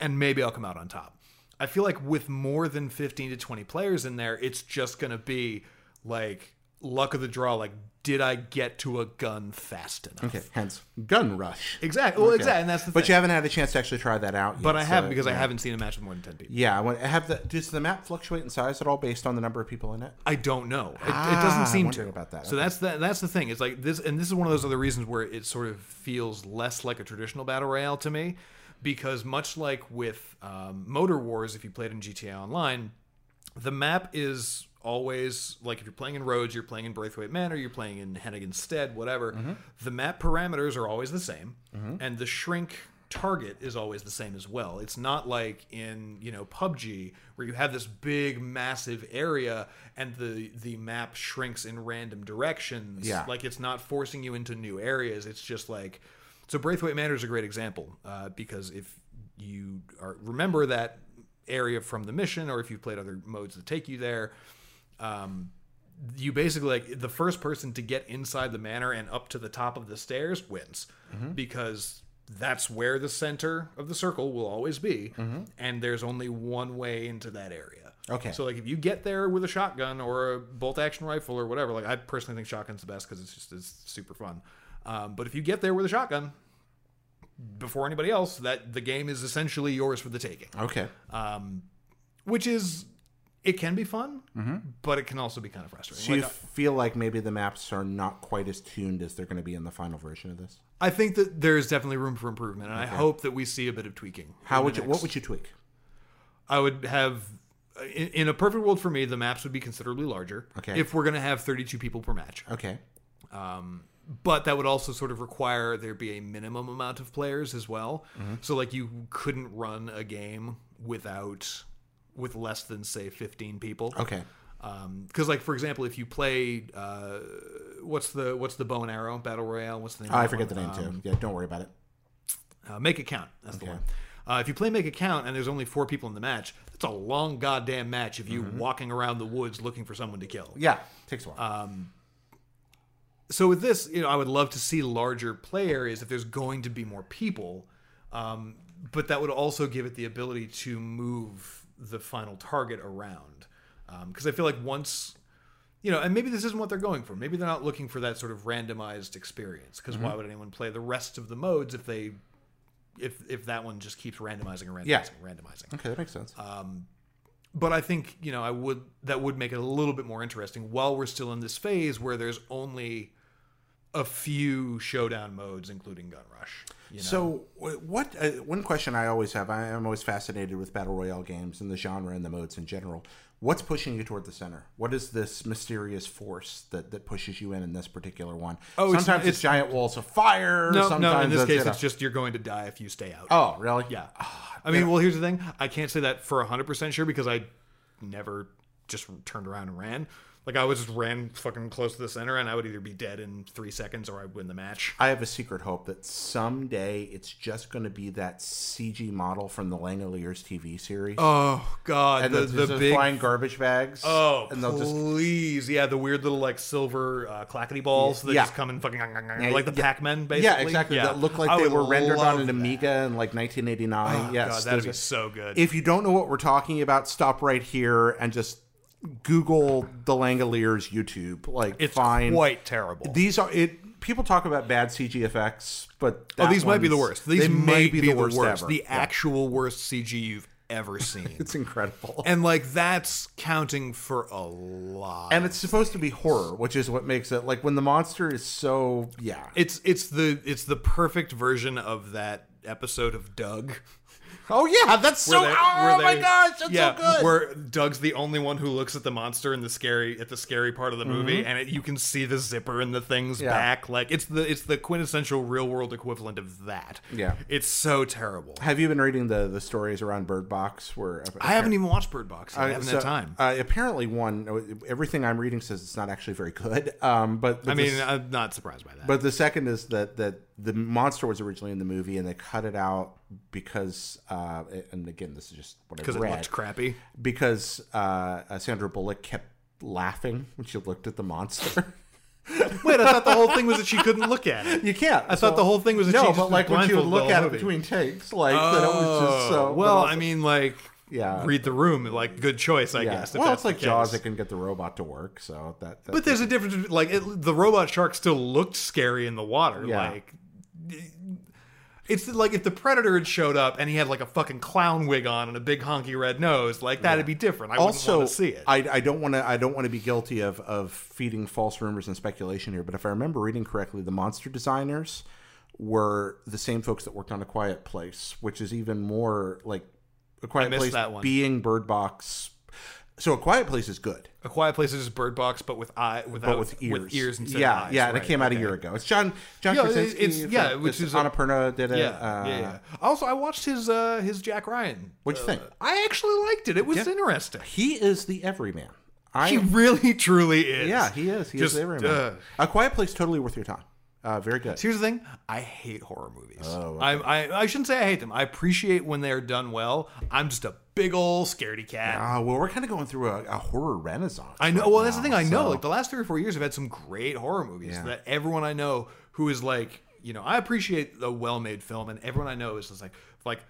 [SPEAKER 2] and maybe I'll come out on top. I feel like with more than 15 to 20 players in there, it's just going to be like luck of the draw. Like, did I get to a gun fast enough?
[SPEAKER 1] Okay, hence gun rush.
[SPEAKER 2] Exactly. Well, exactly. And that's the
[SPEAKER 1] But you
[SPEAKER 2] thing.
[SPEAKER 1] haven't had a chance to actually try that out yet.
[SPEAKER 2] but I
[SPEAKER 1] so-
[SPEAKER 2] haven't because I haven't seen a match with more than 10 people.
[SPEAKER 1] Yeah, I want have the does the map fluctuate in size at all based on the number of people in it?
[SPEAKER 2] I don't know. It, it
[SPEAKER 1] Ah, I
[SPEAKER 2] doesn't seem
[SPEAKER 1] wondered
[SPEAKER 2] to.
[SPEAKER 1] about that.
[SPEAKER 2] So
[SPEAKER 1] Okay.
[SPEAKER 2] that's the, that's the thing. It's like this, and this is one of those other reasons where it sort of feels less like a traditional battle royale to me, because much like with um, Motor Wars, if you played in GTA Online, the map is always like if you're playing in Rhodes, you're playing in Braithwaite Manor, you're playing in Hennigan's Stead, whatever. The map parameters are always the same, and the shrink target is always the same as well. It's not like in you know PUBG where you have this big massive area and the the map shrinks in random directions.
[SPEAKER 1] Yeah.
[SPEAKER 2] like it's not forcing you into new areas. It's just like so Braithwaite Manor is a great example uh, because if you are, remember that area from the mission, or if you've played other modes that take you there, um, you basically like the first person to get inside the manor and up to the top of the stairs wins
[SPEAKER 1] Mm-hmm.
[SPEAKER 2] because that's where the center of the circle will always be, and there's only one way into that area.
[SPEAKER 1] Mm-hmm. Okay.
[SPEAKER 2] So like if you get there with a shotgun or a bolt action rifle or whatever, like I personally think shotgun's the best because it's just it's super fun. Um, but if you get there with a shotgun before anybody else, that the game is essentially yours for the taking
[SPEAKER 1] Okay.
[SPEAKER 2] Uh, which is it can be fun, but it can also be kind of frustrating.
[SPEAKER 1] Do Mm-hmm. you
[SPEAKER 2] Like, uh,
[SPEAKER 1] feel like maybe the maps are not quite as tuned as they're going to be in the final version of this?
[SPEAKER 2] I think that there is definitely room for improvement, and I hope that we see a bit of tweaking.
[SPEAKER 1] How would you? What would you tweak?
[SPEAKER 2] I would have. In, in a perfect world for me, the maps would be considerably larger.
[SPEAKER 1] Okay.
[SPEAKER 2] If we're going to have 32 people per match,
[SPEAKER 1] Okay.
[SPEAKER 2] but that would also sort of require there be a minimum amount of players as well.
[SPEAKER 1] Mm-hmm.
[SPEAKER 2] So like you couldn't run a game without with less than say 15 people.
[SPEAKER 1] Okay.
[SPEAKER 2] Because like for example, if you play uh, what's the what's the bow and arrow battle royale? What's the name? of
[SPEAKER 1] Oh, I
[SPEAKER 2] that
[SPEAKER 1] forget the
[SPEAKER 2] one?
[SPEAKER 1] name
[SPEAKER 2] Um,
[SPEAKER 1] too. Yeah, don't worry about it.
[SPEAKER 2] uh, make it count. That's the
[SPEAKER 1] Okay.
[SPEAKER 2] one. Uh, if you play make it count and there's only four people in the match, that's a long goddamn match of you walking around the woods looking for someone to kill.
[SPEAKER 1] Yeah, takes a while.
[SPEAKER 2] So with this, you know, I would love to see larger play areas if there's going to be more people, um, but that would also give it the ability to move the final target around because I feel like once. You know, and maybe this isn't what they're going for. Maybe they're not looking for that sort of randomized experience. Because why would anyone play the rest of the modes if they, if if that one just keeps randomizing and randomizing,
[SPEAKER 1] Yeah.
[SPEAKER 2] and randomizing?
[SPEAKER 1] okay, that makes sense.
[SPEAKER 2] but I think you know I would that would make it a little bit more interesting while we're still in this phase where there's only a few showdown modes, including Gun Rush. You know?
[SPEAKER 1] So, wh- what? Uh, one question I always have. I am always fascinated with battle royale games and the genre and the modes in general. What's pushing you toward the center? What is this mysterious force that, that pushes you in in this particular one?
[SPEAKER 2] Oh, it's-
[SPEAKER 1] sometimes it's,
[SPEAKER 2] it's-
[SPEAKER 1] giant walls of fire.
[SPEAKER 2] no,
[SPEAKER 1] sometimes
[SPEAKER 2] no. In this case,
[SPEAKER 1] you know-
[SPEAKER 2] it's just you're going to die if you stay out.
[SPEAKER 1] Oh, really?
[SPEAKER 2] ah, yeah. I mean, well, here's the thing. I can't say that for hundred percent sure because I never just turned around and ran. Like I was just ran fucking close to the center, and I would either be dead in three seconds or I would win the match.
[SPEAKER 1] I have a secret hope that someday it's just going to be that CG model from the Langoliers TV series.
[SPEAKER 2] Oh God,
[SPEAKER 1] and
[SPEAKER 2] the,
[SPEAKER 1] the,
[SPEAKER 2] the,
[SPEAKER 1] the
[SPEAKER 2] big
[SPEAKER 1] flying garbage bags.
[SPEAKER 2] Oh,
[SPEAKER 1] and they'll just
[SPEAKER 2] please. Yeah, the weird little, like, silver uh, clackety balls that
[SPEAKER 1] Yeah.
[SPEAKER 2] just come and fucking... like the Pac-Man, basically.
[SPEAKER 1] yeah, exactly. That look like
[SPEAKER 2] I
[SPEAKER 1] they
[SPEAKER 2] would
[SPEAKER 1] were rendered on
[SPEAKER 2] love
[SPEAKER 1] an
[SPEAKER 2] that.
[SPEAKER 1] Amiga in like 1989. yes,
[SPEAKER 2] Oh, God,
[SPEAKER 1] there's
[SPEAKER 2] that'd be
[SPEAKER 1] a-
[SPEAKER 2] so good.
[SPEAKER 1] If you don't know what we're talking about, stop right here and just Google the Langoliers YouTube. Like,
[SPEAKER 2] it's
[SPEAKER 1] fine.
[SPEAKER 2] quite terrible.
[SPEAKER 1] These are it. People talk about bad CG effects, but
[SPEAKER 2] oh,
[SPEAKER 1] that
[SPEAKER 2] these might be the
[SPEAKER 1] one's-
[SPEAKER 2] worst. These
[SPEAKER 1] they
[SPEAKER 2] may be, the worst.
[SPEAKER 1] ever.
[SPEAKER 2] The
[SPEAKER 1] Yeah.
[SPEAKER 2] actual worst CG you've
[SPEAKER 1] [LAUGHS]
[SPEAKER 2] ever seen.
[SPEAKER 1] It's incredible.
[SPEAKER 2] and, like, that's counting for a lot.
[SPEAKER 1] and it's supposed to be horror, which is what makes it like when the monster is so yeah.
[SPEAKER 2] it's it's the it's the perfect version of that episode of Doug.
[SPEAKER 1] oh yeah, that's so.
[SPEAKER 2] Where they-
[SPEAKER 1] oh
[SPEAKER 2] where
[SPEAKER 1] my
[SPEAKER 2] they-
[SPEAKER 1] gosh, that's
[SPEAKER 2] yeah,
[SPEAKER 1] so good.
[SPEAKER 2] Where Doug's the only one who looks at the monster in the scary at the scary part of the movie, and it, you can see the zipper in the thing's
[SPEAKER 1] Mm-hmm. Yeah.
[SPEAKER 2] back. Like it's the it's the quintessential real world equivalent of that.
[SPEAKER 1] Yeah.
[SPEAKER 2] it's so terrible.
[SPEAKER 1] Have you been reading the the stories around Bird Box? Where
[SPEAKER 2] I haven't even watched Bird Box. yet. I haven't
[SPEAKER 1] so,
[SPEAKER 2] had time.
[SPEAKER 1] Uh, apparently, one uh, everything I'm reading says it's not actually very good. Um, but, but
[SPEAKER 2] I
[SPEAKER 1] the
[SPEAKER 2] mean, uh,
[SPEAKER 1] s-
[SPEAKER 2] I'm not surprised by that.
[SPEAKER 1] but the second is that that the monster was originally in the movie and they cut it out because uh, and again this is just what I
[SPEAKER 2] because it
[SPEAKER 1] read
[SPEAKER 2] looked crappy.
[SPEAKER 1] because uh, uh, Sandra Bullock kept laughing when she looked at the monster. [LAUGHS]
[SPEAKER 2] Wait, I thought the whole thing was that she couldn't look at it.
[SPEAKER 1] You can't.
[SPEAKER 2] I thought the whole thing was that she
[SPEAKER 1] no,
[SPEAKER 2] just
[SPEAKER 1] but
[SPEAKER 2] was
[SPEAKER 1] like when she would
[SPEAKER 2] blindfolded
[SPEAKER 1] look
[SPEAKER 2] the whole
[SPEAKER 1] at it
[SPEAKER 2] movie.
[SPEAKER 1] between takes, like that it was just so.
[SPEAKER 2] Oh,
[SPEAKER 1] but
[SPEAKER 2] well,
[SPEAKER 1] also-
[SPEAKER 2] I mean, like,
[SPEAKER 1] Yeah.
[SPEAKER 2] read the room. Like, good choice, I
[SPEAKER 1] yeah.
[SPEAKER 2] guess. if
[SPEAKER 1] well,
[SPEAKER 2] that's
[SPEAKER 1] it's
[SPEAKER 2] the
[SPEAKER 1] like Jaws;
[SPEAKER 2] case.
[SPEAKER 1] it can get the robot to work, so that. that
[SPEAKER 2] But there's a difference. between- Like it, the robot shark still looked scary in the water.
[SPEAKER 1] Yeah.
[SPEAKER 2] Like it's like if the predator had showed up and he had like a fucking clown wig on and a big honky red nose, like that'd be different. I wouldn't
[SPEAKER 1] also
[SPEAKER 2] want to see it.
[SPEAKER 1] I, I don't want to I don't want to be guilty of of feeding false rumors and speculation here, but if I remember reading correctly, the monster designers were the same folks that worked on A Quiet Place, which is even more like A Quiet
[SPEAKER 2] missed
[SPEAKER 1] Place
[SPEAKER 2] that one.
[SPEAKER 1] being Bird Box. So A Quiet Place is good,
[SPEAKER 2] a Quiet Place is just Bird Box, but Oh, with eye, without,
[SPEAKER 1] but with ears,
[SPEAKER 2] instead
[SPEAKER 1] yeah,
[SPEAKER 2] of eyes.
[SPEAKER 1] yeah, and it
[SPEAKER 2] right,
[SPEAKER 1] came out a
[SPEAKER 2] okay.
[SPEAKER 1] year ago. It's John John
[SPEAKER 2] Yeah,
[SPEAKER 1] Krasinski.
[SPEAKER 2] it's-
[SPEAKER 1] from-
[SPEAKER 2] yeah, which
[SPEAKER 1] this-
[SPEAKER 2] is a-
[SPEAKER 1] Annapurna did it.
[SPEAKER 2] Yeah,
[SPEAKER 1] uh,
[SPEAKER 2] yeah, yeah. Also, I watched his uh, his Jack Ryan.
[SPEAKER 1] What'd you
[SPEAKER 2] uh,
[SPEAKER 1] think?
[SPEAKER 2] I actually liked it. It was interesting.
[SPEAKER 1] He is the everyman. I
[SPEAKER 2] He really, truly is.
[SPEAKER 1] yeah, he is. He
[SPEAKER 2] Just,
[SPEAKER 1] is the everyman.
[SPEAKER 2] uh,
[SPEAKER 1] a Quiet Place totally worth your time. Uh, very good.
[SPEAKER 2] So here's the thing: I hate horror movies. I, I I shouldn't say I hate them. I appreciate when they are done well. I'm just a big ol' scaredy cat.
[SPEAKER 1] Ah, well, we're kind of going through a, a horror renaissance.
[SPEAKER 2] I know.
[SPEAKER 1] right
[SPEAKER 2] well, that's the
[SPEAKER 1] now,
[SPEAKER 2] thing. I know.
[SPEAKER 1] so-
[SPEAKER 2] Like the last three or four years, I've had some great horror movies
[SPEAKER 1] Yeah.
[SPEAKER 2] that everyone I know who is like, you know, I appreciate the well-made film, and everyone I know is just like, like,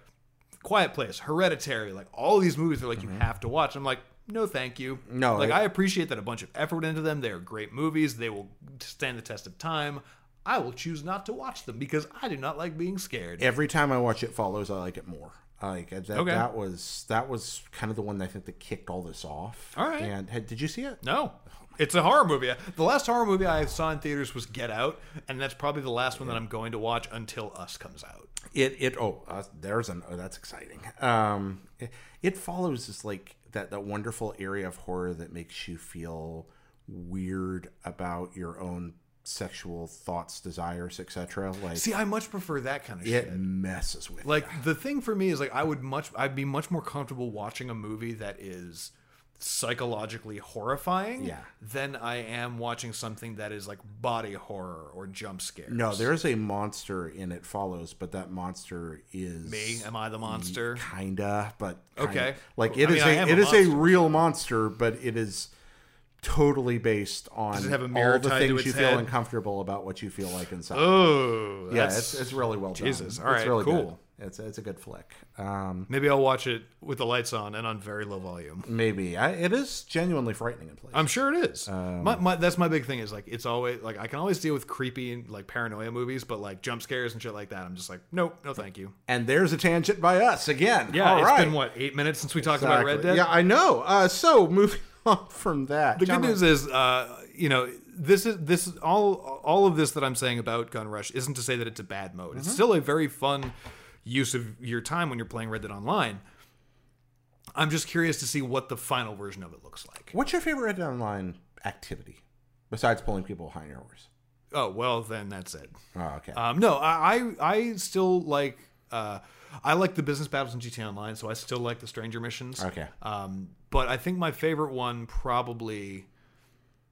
[SPEAKER 2] Quiet Place, Hereditary, like all these movies are like you have to watch. I'm like. No, thank you.
[SPEAKER 1] Mm-hmm. No,
[SPEAKER 2] like
[SPEAKER 1] I-
[SPEAKER 2] I, appreciate that a bunch of effort went into them. They are great movies. They will stand the test of time. I will choose not to watch them because I do not like being scared.
[SPEAKER 1] every time I watch It Follows, I like it more. Like that,
[SPEAKER 2] Okay.
[SPEAKER 1] that was that was kind of the one that I think that kicked all this off.
[SPEAKER 2] All right.
[SPEAKER 1] And had, did you see it?
[SPEAKER 2] No. It's a horror movie. The last horror movie I saw in theaters was Get Out, and that's probably the last one that I'm going to watch until Us comes out.
[SPEAKER 1] It it oh uh, there's an oh that's exciting. Um, it, it follows is like that that wonderful area of horror that makes you feel weird about your own sexual thoughts, desires, etc. Like
[SPEAKER 2] See, I much prefer that kind of shit.
[SPEAKER 1] it messes with
[SPEAKER 2] Like the thing for me is like I would much I'd be much more comfortable watching a movie that is psychologically horrifying
[SPEAKER 1] Yeah.
[SPEAKER 2] than I am watching something that is like body horror or jump scare.
[SPEAKER 1] No, there is a monster in It Follows, but that monster is
[SPEAKER 2] me. Am I the monster?
[SPEAKER 1] kinda, but kinda.
[SPEAKER 2] Okay.
[SPEAKER 1] like
[SPEAKER 2] Cool.
[SPEAKER 1] it
[SPEAKER 2] I
[SPEAKER 1] is
[SPEAKER 2] mean, I am
[SPEAKER 1] a
[SPEAKER 2] a
[SPEAKER 1] it is a
[SPEAKER 2] monster.
[SPEAKER 1] real monster, but it is totally based on
[SPEAKER 2] it have a mirror
[SPEAKER 1] all the
[SPEAKER 2] tied to
[SPEAKER 1] things
[SPEAKER 2] its
[SPEAKER 1] you
[SPEAKER 2] head?
[SPEAKER 1] feel uncomfortable about what you feel like inside.
[SPEAKER 2] Oh,
[SPEAKER 1] yeah,
[SPEAKER 2] that's-
[SPEAKER 1] it's, it's really well
[SPEAKER 2] Jesus.
[SPEAKER 1] done.
[SPEAKER 2] All
[SPEAKER 1] it's
[SPEAKER 2] right,
[SPEAKER 1] really
[SPEAKER 2] cool.
[SPEAKER 1] Good. It's it's a good flick. Um,
[SPEAKER 2] maybe I'll watch it with the lights on and on very low volume.
[SPEAKER 1] maybe I, it is genuinely frightening in place.
[SPEAKER 2] I'm sure it is. my, my, that's my big thing is like it's always like I can always deal with creepy and like paranoia movies, but like jump scares and shit like that, I'm just like, nope, no, thank you.
[SPEAKER 1] and there's a tangent by us again.
[SPEAKER 2] Yeah,
[SPEAKER 1] All
[SPEAKER 2] it's
[SPEAKER 1] right.
[SPEAKER 2] been what eight minutes since we talked about
[SPEAKER 1] Exactly.
[SPEAKER 2] Red Dead.
[SPEAKER 1] Yeah, I know. Uh, so [LAUGHS] moving on from that,
[SPEAKER 2] The good news is, uh, you know, this is this is all all of this that I'm saying about Gun Rush isn't to say that it's a bad mode. It's still a very fun use of your time when you're playing Red Dead Online. I'm just curious to see what the final version of it looks like.
[SPEAKER 1] What's your favorite Red Dead Online activity besides pulling people behind your horse?
[SPEAKER 2] Oh well, then that's it.
[SPEAKER 1] Oh, okay.
[SPEAKER 2] Um, no, I, I I still like uh, I like the business battles in GTA Online, so I still like the stranger missions.
[SPEAKER 1] Okay.
[SPEAKER 2] Um, but I think my favorite one probably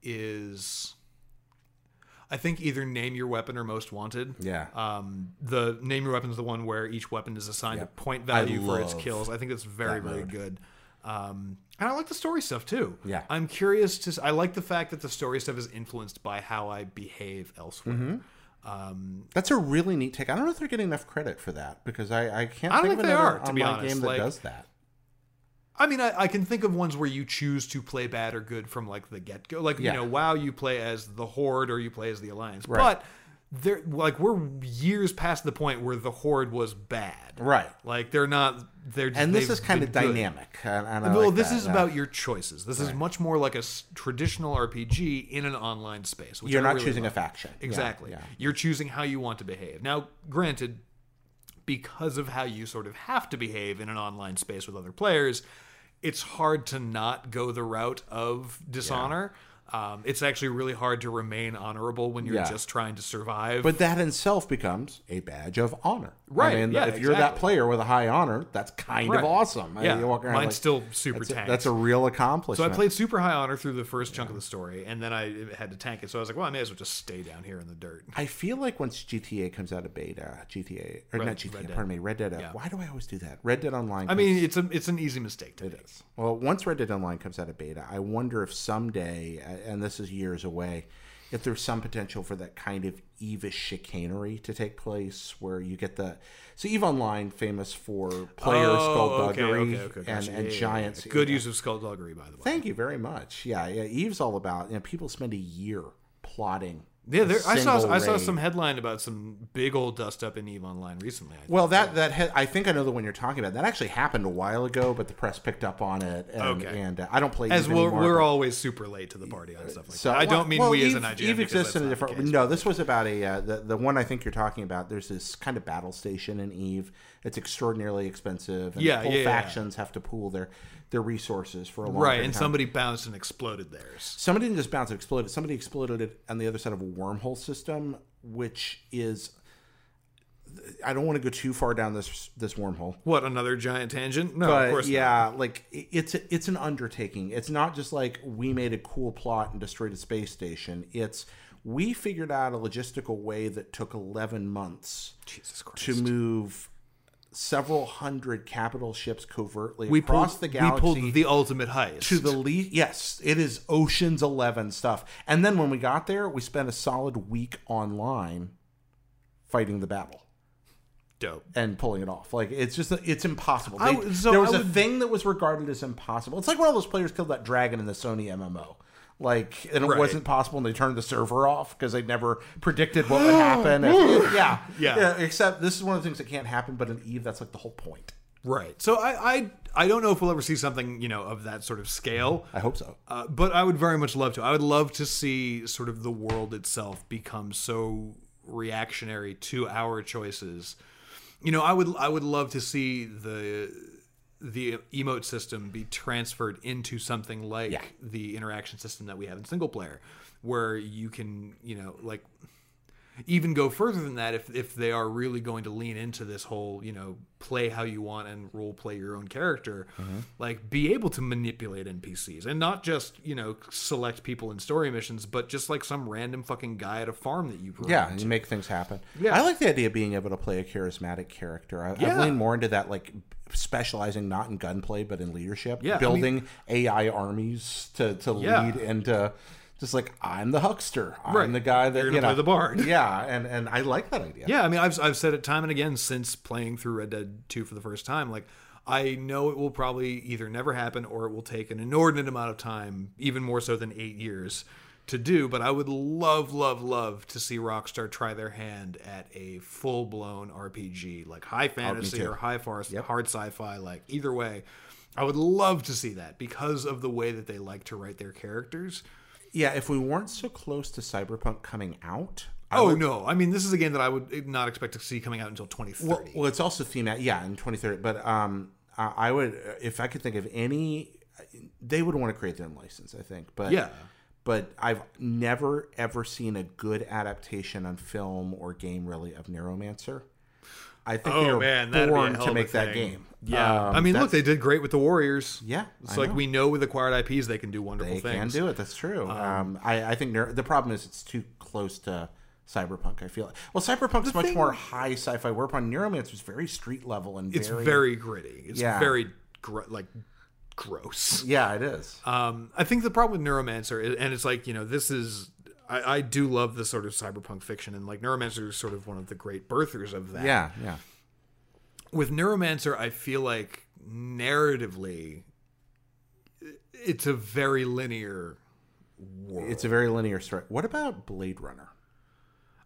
[SPEAKER 2] is I think either name your weapon or most wanted.
[SPEAKER 1] yeah.
[SPEAKER 2] Um, the name your weapon is the one where each weapon is assigned
[SPEAKER 1] Yep.
[SPEAKER 2] a point value
[SPEAKER 1] I
[SPEAKER 2] for its
[SPEAKER 1] love
[SPEAKER 2] kills. I think that's very
[SPEAKER 1] that
[SPEAKER 2] very
[SPEAKER 1] mode.
[SPEAKER 2] good. Um, and I like the story stuff too.
[SPEAKER 1] Yeah.
[SPEAKER 2] I'm curious to. s- I like the fact that the story stuff is influenced by how I behave elsewhere.
[SPEAKER 1] Mm-hmm. That's a really neat take. I don't know if they're getting enough credit for that because I, I can't
[SPEAKER 2] I don't
[SPEAKER 1] think
[SPEAKER 2] think
[SPEAKER 1] of
[SPEAKER 2] they
[SPEAKER 1] another
[SPEAKER 2] are, to be
[SPEAKER 1] online
[SPEAKER 2] honest.
[SPEAKER 1] game that
[SPEAKER 2] Like-
[SPEAKER 1] does that.
[SPEAKER 2] I mean, I, I can think of ones where you choose to play bad or good from like the get go. Like
[SPEAKER 1] Yeah.
[SPEAKER 2] you know, WoW, you play as the Horde or you play as the Alliance.
[SPEAKER 1] Right.
[SPEAKER 2] But they're like we're years past the point where the Horde was bad.
[SPEAKER 1] Right.
[SPEAKER 2] Like they're not. They're just,
[SPEAKER 1] And this
[SPEAKER 2] they've
[SPEAKER 1] is kind of
[SPEAKER 2] been good.
[SPEAKER 1] dynamic. And, and I
[SPEAKER 2] Well,
[SPEAKER 1] like
[SPEAKER 2] this
[SPEAKER 1] is
[SPEAKER 2] is about your choices. This is much more like a s- traditional RPG in an online space. Which
[SPEAKER 1] you're
[SPEAKER 2] I
[SPEAKER 1] not
[SPEAKER 2] really
[SPEAKER 1] choosing
[SPEAKER 2] love.
[SPEAKER 1] a faction. Yeah,
[SPEAKER 2] Exactly.
[SPEAKER 1] Yeah.
[SPEAKER 2] You're choosing how you want to behave. Now, granted, because of how you sort of have to behave in an online space with other players, it's hard to not go the route of dishonor. Um, it's actually really hard to remain honorable when you're
[SPEAKER 1] Yeah.
[SPEAKER 2] just trying to survive.
[SPEAKER 1] But that in itself becomes a badge of honor.
[SPEAKER 2] Right,
[SPEAKER 1] I mean,
[SPEAKER 2] yeah,
[SPEAKER 1] if you're that
[SPEAKER 2] exactly.
[SPEAKER 1] player with a high honor, that's kind
[SPEAKER 2] Right.
[SPEAKER 1] of awesome. I mean,
[SPEAKER 2] Yeah,
[SPEAKER 1] you walk around
[SPEAKER 2] mine's
[SPEAKER 1] like,
[SPEAKER 2] still super
[SPEAKER 1] that's a,
[SPEAKER 2] tanked.
[SPEAKER 1] That's a real
[SPEAKER 2] so I
[SPEAKER 1] accomplishment.
[SPEAKER 2] played super high honor through the first chunk of the story, and then I had to tank it. So I was like, well, I may as well just stay down here in the dirt.
[SPEAKER 1] I feel like once GTA comes out of beta, GTA or not GTA,
[SPEAKER 2] Red Dead.
[SPEAKER 1] pardon me, Red Dead. uh, Why do I always do that? Red Dead Online.
[SPEAKER 2] I mean, it's a it's an easy mistake to make.
[SPEAKER 1] well, once Red Dead Online comes out of beta, I wonder if someday, a- and this is years away, if there's some potential for that kind of Evish chicanery to take place, where you get the so Eve Online famous for player
[SPEAKER 2] Oh,
[SPEAKER 1] skullduggery and,
[SPEAKER 2] gotcha.
[SPEAKER 1] and
[SPEAKER 2] Yeah, yeah,
[SPEAKER 1] giants.
[SPEAKER 2] yeah. Good use of skullduggery, by the way.
[SPEAKER 1] Thank you very much. Yeah, yeah. Eve's all about. You know, people spend a year plotting.
[SPEAKER 2] Yeah,
[SPEAKER 1] a
[SPEAKER 2] there, I saw
[SPEAKER 1] single
[SPEAKER 2] I saw
[SPEAKER 1] raid.
[SPEAKER 2] some headline about some big old dust up in Eve Online recently. I think.
[SPEAKER 1] Well, that that had, I think I know the one you're talking about. That actually happened a while ago, but the press picked up on it. And,
[SPEAKER 2] Okay.
[SPEAKER 1] and uh, I don't play
[SPEAKER 2] as
[SPEAKER 1] Eve
[SPEAKER 2] we're,
[SPEAKER 1] anymore,
[SPEAKER 2] we're
[SPEAKER 1] but-
[SPEAKER 2] always super late to the party on stuff like
[SPEAKER 1] So
[SPEAKER 2] that. I
[SPEAKER 1] well-
[SPEAKER 2] don't mean
[SPEAKER 1] well,
[SPEAKER 2] we
[SPEAKER 1] Eve,
[SPEAKER 2] as an IGN.
[SPEAKER 1] Eve
[SPEAKER 2] because
[SPEAKER 1] exists
[SPEAKER 2] that's
[SPEAKER 1] in a
[SPEAKER 2] not the
[SPEAKER 1] different.
[SPEAKER 2] case.
[SPEAKER 1] No, this was about a uh, the the one I think you're talking about. There's this kind of battle station in Eve. It's extraordinarily expensive. And
[SPEAKER 2] Yeah,
[SPEAKER 1] whole
[SPEAKER 2] yeah, yeah.
[SPEAKER 1] factions have to pool their their resources for a long
[SPEAKER 2] right,
[SPEAKER 1] period
[SPEAKER 2] and
[SPEAKER 1] of time.
[SPEAKER 2] somebody bounced and exploded theirs.
[SPEAKER 1] Somebody didn't just bounce it exploded. Somebody exploded it on the other side of a wormhole system, which is. I don't want to go too far down this this wormhole.
[SPEAKER 2] What another giant tangent? No,
[SPEAKER 1] but
[SPEAKER 2] of course not.
[SPEAKER 1] yeah, like i- it's a, it's an undertaking. It's not just like we made a cool plot and destroyed a space station. It's we figured out a logistical way that took 11 months
[SPEAKER 2] Jesus Christ.
[SPEAKER 1] to move several hundred capital ships covertly
[SPEAKER 2] we
[SPEAKER 1] across
[SPEAKER 2] pulled
[SPEAKER 1] the galaxy
[SPEAKER 2] We pulled the ultimate heist.
[SPEAKER 1] to the least yes it is oceans 11 stuff and then when we got there we spent a solid week online fighting the battle
[SPEAKER 2] dope.
[SPEAKER 1] and pulling it off. Like it's just it's impossible.
[SPEAKER 2] I
[SPEAKER 1] They-
[SPEAKER 2] would- so
[SPEAKER 1] there was
[SPEAKER 2] I
[SPEAKER 1] a
[SPEAKER 2] would-
[SPEAKER 1] thing that was regarded as impossible. It's like when all those players killed that dragon in the Sony MMO. Like and it
[SPEAKER 2] Right.
[SPEAKER 1] wasn't possible, and they turned the server off because they never predicted what would
[SPEAKER 2] [GASPS]
[SPEAKER 1] happen. And- yeah,
[SPEAKER 2] Yeah.
[SPEAKER 1] Except this is one of the things that can't happen, but in Eve, that's like the whole point.
[SPEAKER 2] Right. So I, I I don't know if we'll ever see something you know of that sort of scale.
[SPEAKER 1] I hope so.
[SPEAKER 2] Uh, but I would very much love to. I would love to see sort of the world itself become so reactionary to our choices. You know, I would I would love to see the the emote system be transferred into something like
[SPEAKER 1] Yeah.
[SPEAKER 2] the interaction system that we have in single player, where you can, you know, like even go further than that if if they are really going to lean into this whole you know play how you want and role play your own character like be able to manipulate npcs and not just you know select people in story missions but just like some random fucking guy at a farm that you brought
[SPEAKER 1] Yeah, and you make things happen.
[SPEAKER 2] Yeah.
[SPEAKER 1] I like the idea of being able to play a charismatic character. I, I've
[SPEAKER 2] Yeah.
[SPEAKER 1] leaned more into that, like specializing not in gunplay but in leadership,
[SPEAKER 2] Yeah, I
[SPEAKER 1] building AI armies to to
[SPEAKER 2] Yeah.
[SPEAKER 1] lead and uh, just like I'm the huckster, I'm
[SPEAKER 2] Right.
[SPEAKER 1] the guy that
[SPEAKER 2] You're gonna
[SPEAKER 1] you know
[SPEAKER 2] play the bard.
[SPEAKER 1] Yeah, and and I like that idea.
[SPEAKER 2] Yeah, I mean, I've, I've said it time and again since playing through Red Dead 2 for the first time. Like, I know it will probably either never happen or it will take an inordinate amount of time, even more so than eight years, to do. But I would love, love, love to see Rockstar try their hand at a full blown RPG, like high fantasy
[SPEAKER 1] Oh, too.
[SPEAKER 2] or high forest, hard sci fi, like either way. I would love to see that because of the way that they like to write their characters.
[SPEAKER 1] Yeah, if we weren't so close to Cyberpunk coming out, I
[SPEAKER 2] Oh
[SPEAKER 1] would-
[SPEAKER 2] no! I mean, this is a game that I would not expect to see coming out until 2030.
[SPEAKER 1] Well, well, it's also thematic. Yeah, in 2030. But um, I, I would, if I could think of any, they would want to create their own license. I think. But
[SPEAKER 2] Yeah.
[SPEAKER 1] But I've never ever seen a good adaptation on film or game really of Neuromancer. I think they
[SPEAKER 2] Oh
[SPEAKER 1] were
[SPEAKER 2] man, that'd be a
[SPEAKER 1] born
[SPEAKER 2] hell
[SPEAKER 1] to
[SPEAKER 2] of
[SPEAKER 1] make
[SPEAKER 2] a
[SPEAKER 1] that
[SPEAKER 2] thing.
[SPEAKER 1] game.
[SPEAKER 2] Yeah,
[SPEAKER 1] Um,
[SPEAKER 2] I mean,
[SPEAKER 1] that's-
[SPEAKER 2] look, they did great with the Warriors.
[SPEAKER 1] Yeah,
[SPEAKER 2] it's
[SPEAKER 1] I
[SPEAKER 2] like
[SPEAKER 1] know.
[SPEAKER 2] we know with acquired IPs they can do wonderful
[SPEAKER 1] they
[SPEAKER 2] things.
[SPEAKER 1] can do it. That's true. Um, I, I think neuro, the problem is it's too close to cyberpunk. I feel well, cyberpunk's much
[SPEAKER 2] thing-
[SPEAKER 1] more high sci-fi. Where upon Neuromancer is very street level and
[SPEAKER 2] It's
[SPEAKER 1] very,
[SPEAKER 2] very gritty. It's
[SPEAKER 1] Yeah.
[SPEAKER 2] very gr- like gross.
[SPEAKER 1] yeah, it is.
[SPEAKER 2] Um, I think the problem with Neuromancer, is, and it's like you know, this is I, I do love this sort of cyberpunk fiction, and like Neuromancer is sort of one of the great birthers of that.
[SPEAKER 1] yeah, yeah.
[SPEAKER 2] with Neuromancer, I feel like narratively, it's a very linear world.
[SPEAKER 1] It's a very linear story. What about Blade Runner?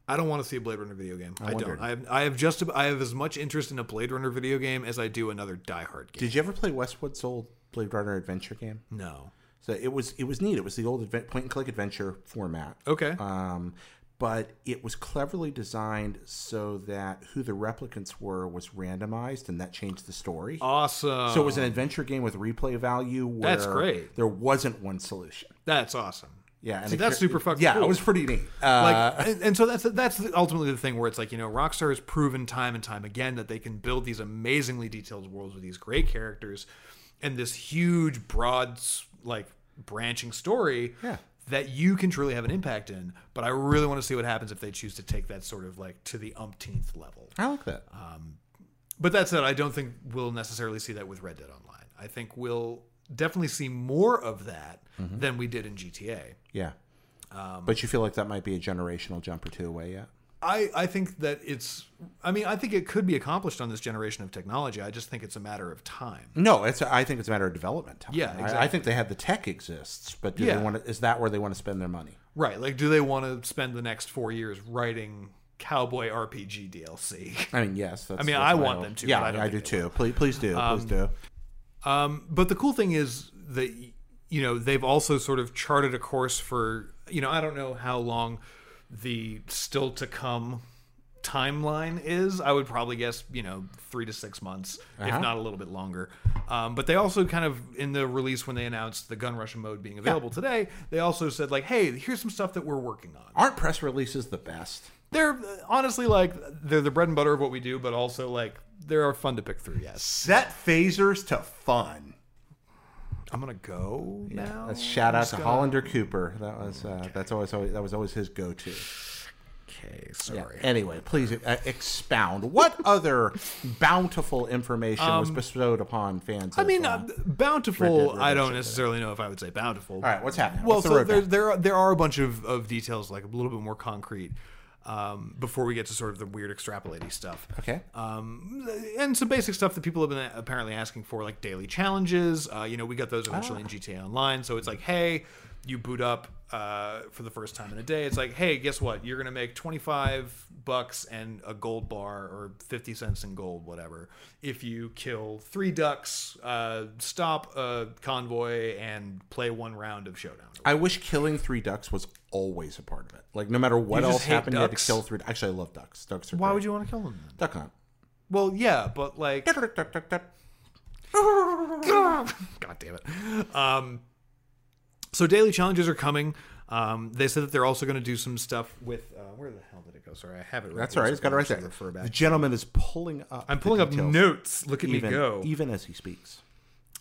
[SPEAKER 2] I don't want to see a Blade Runner video game. I,
[SPEAKER 1] wondered.
[SPEAKER 2] don't. I have, I have just. I have as much interest in a Blade Runner video game as I do another Die Hard game.
[SPEAKER 1] Did you ever play Westwood's old Blade Runner adventure game?
[SPEAKER 2] no.
[SPEAKER 1] So it was it was neat. It was the old advent, point and click adventure format.
[SPEAKER 2] Okay.
[SPEAKER 1] Um, but it was cleverly designed so that who the replicants were was randomized, and that changed the story.
[SPEAKER 2] awesome.
[SPEAKER 1] So it was an adventure game with replay value. Where
[SPEAKER 2] That's great.
[SPEAKER 1] There wasn't one solution.
[SPEAKER 2] that's awesome.
[SPEAKER 1] Yeah, and
[SPEAKER 2] See,
[SPEAKER 1] it-
[SPEAKER 2] that's super fucking.
[SPEAKER 1] Yeah,
[SPEAKER 2] cool.
[SPEAKER 1] it was pretty neat. Uh,
[SPEAKER 2] like, and, and so that's that's ultimately the thing where it's like you know Rockstar has proven time and time again that they can build these amazingly detailed worlds with these great characters and this huge broad s- like branching story
[SPEAKER 1] Yeah.
[SPEAKER 2] that you can truly have an impact in. But I really want to see what happens if they choose to take that sort of like to the umpteenth level.
[SPEAKER 1] I like that.
[SPEAKER 2] But that said, I don't think we'll necessarily see that with Red Dead Online. I think we'll definitely see more of that than we did in GTA.
[SPEAKER 1] yeah.
[SPEAKER 2] Um,
[SPEAKER 1] but you feel like that might be a generational jump or two away yet?
[SPEAKER 2] I, I think that it's I mean I think it could be accomplished on this generation of technology. I just think it's a matter of time.
[SPEAKER 1] No, it's. I think it's a matter of development time.
[SPEAKER 2] Yeah,
[SPEAKER 1] I- I,
[SPEAKER 2] exactly.
[SPEAKER 1] think they have the tech exists, but do
[SPEAKER 2] Yeah.
[SPEAKER 1] they want to, is that where they want to spend their money?
[SPEAKER 2] Right. Like do they want to spend the next 4 years writing cowboy RPG [LAUGHS] DLC?
[SPEAKER 1] I mean, yes. That's, I
[SPEAKER 2] mean, I want them to,
[SPEAKER 1] Yeah,
[SPEAKER 2] but I
[SPEAKER 1] I,
[SPEAKER 2] don't
[SPEAKER 1] do
[SPEAKER 2] think they
[SPEAKER 1] too. Please, please do. please do.
[SPEAKER 2] Um, but the cool thing is that you know they've also sort of charted a course for you know I don't know how long the still to come timeline is. I would probably guess you know three to six months, if not a little bit longer. Um, but they also kind of in the release when they announced the gun rush mode being available today, they also said like, hey, here's some stuff that we're working on
[SPEAKER 1] Aren't press releases the best?
[SPEAKER 2] they're uh, honestly like they're the bread and butter of what we do, but also like they are fun to pick through. Yes,
[SPEAKER 1] Set phasers to fun.
[SPEAKER 2] I'm gonna go now.
[SPEAKER 1] That's shout out to Hollander Cooper. That was uh, that's always, always that was always his go to.
[SPEAKER 2] Okay, sorry.
[SPEAKER 1] Anyway, please uh, expound. What other bountiful information was bestowed upon fans?
[SPEAKER 2] Um, I mean, uh, bountiful.
[SPEAKER 1] Dead
[SPEAKER 2] I don't
[SPEAKER 1] Redemption.
[SPEAKER 2] necessarily know if I would say bountiful.
[SPEAKER 1] all right, what's happening?
[SPEAKER 2] well,
[SPEAKER 1] What's
[SPEAKER 2] so
[SPEAKER 1] the
[SPEAKER 2] there,
[SPEAKER 1] roadmap?
[SPEAKER 2] there are- there are a bunch of, of details like a little bit more concrete um, before we get to sort of the weird extrapolating stuff.
[SPEAKER 1] Okay.
[SPEAKER 2] Um, and some basic stuff that people have been a- apparently asking for, like daily challenges. Uh, you know, we got those eventually in GTA Online. So it's like, hey, you boot up uh, for the first time in a day. It's like, hey, guess what? You're gonna make 25 bucks and a gold bar or 50 cents in gold, whatever, if you kill three ducks, uh, stop a convoy, and play one round of showdown.
[SPEAKER 1] I wish killing three ducks was always a part of it. Like no matter what
[SPEAKER 2] You just
[SPEAKER 1] else
[SPEAKER 2] hate
[SPEAKER 1] happened, you had to
[SPEAKER 2] ducks?
[SPEAKER 1] kill three. Actually, I love ducks. Ducks are
[SPEAKER 2] Why
[SPEAKER 1] great. [LAUGHS]
[SPEAKER 2] would you want to kill them? Then?
[SPEAKER 1] duck hunt?
[SPEAKER 2] Well, yeah, but like.
[SPEAKER 1] Duck, duck, duck, duck.
[SPEAKER 2] God damn it. Um, so daily challenges are coming. Um, they said that they're also going to do some stuff with uh, where the hell did it go? Sorry, I have it. Right
[SPEAKER 1] That's
[SPEAKER 2] here,
[SPEAKER 1] all right.
[SPEAKER 2] so
[SPEAKER 1] It's got it
[SPEAKER 2] I
[SPEAKER 1] right
[SPEAKER 2] can
[SPEAKER 1] there.
[SPEAKER 2] Refer
[SPEAKER 1] The
[SPEAKER 2] back.
[SPEAKER 1] gentleman is pulling up.
[SPEAKER 2] I'm
[SPEAKER 1] the
[SPEAKER 2] pulling up
[SPEAKER 1] details,
[SPEAKER 2] notes. Look at
[SPEAKER 1] Even, e-
[SPEAKER 2] me go.
[SPEAKER 1] even as he speaks.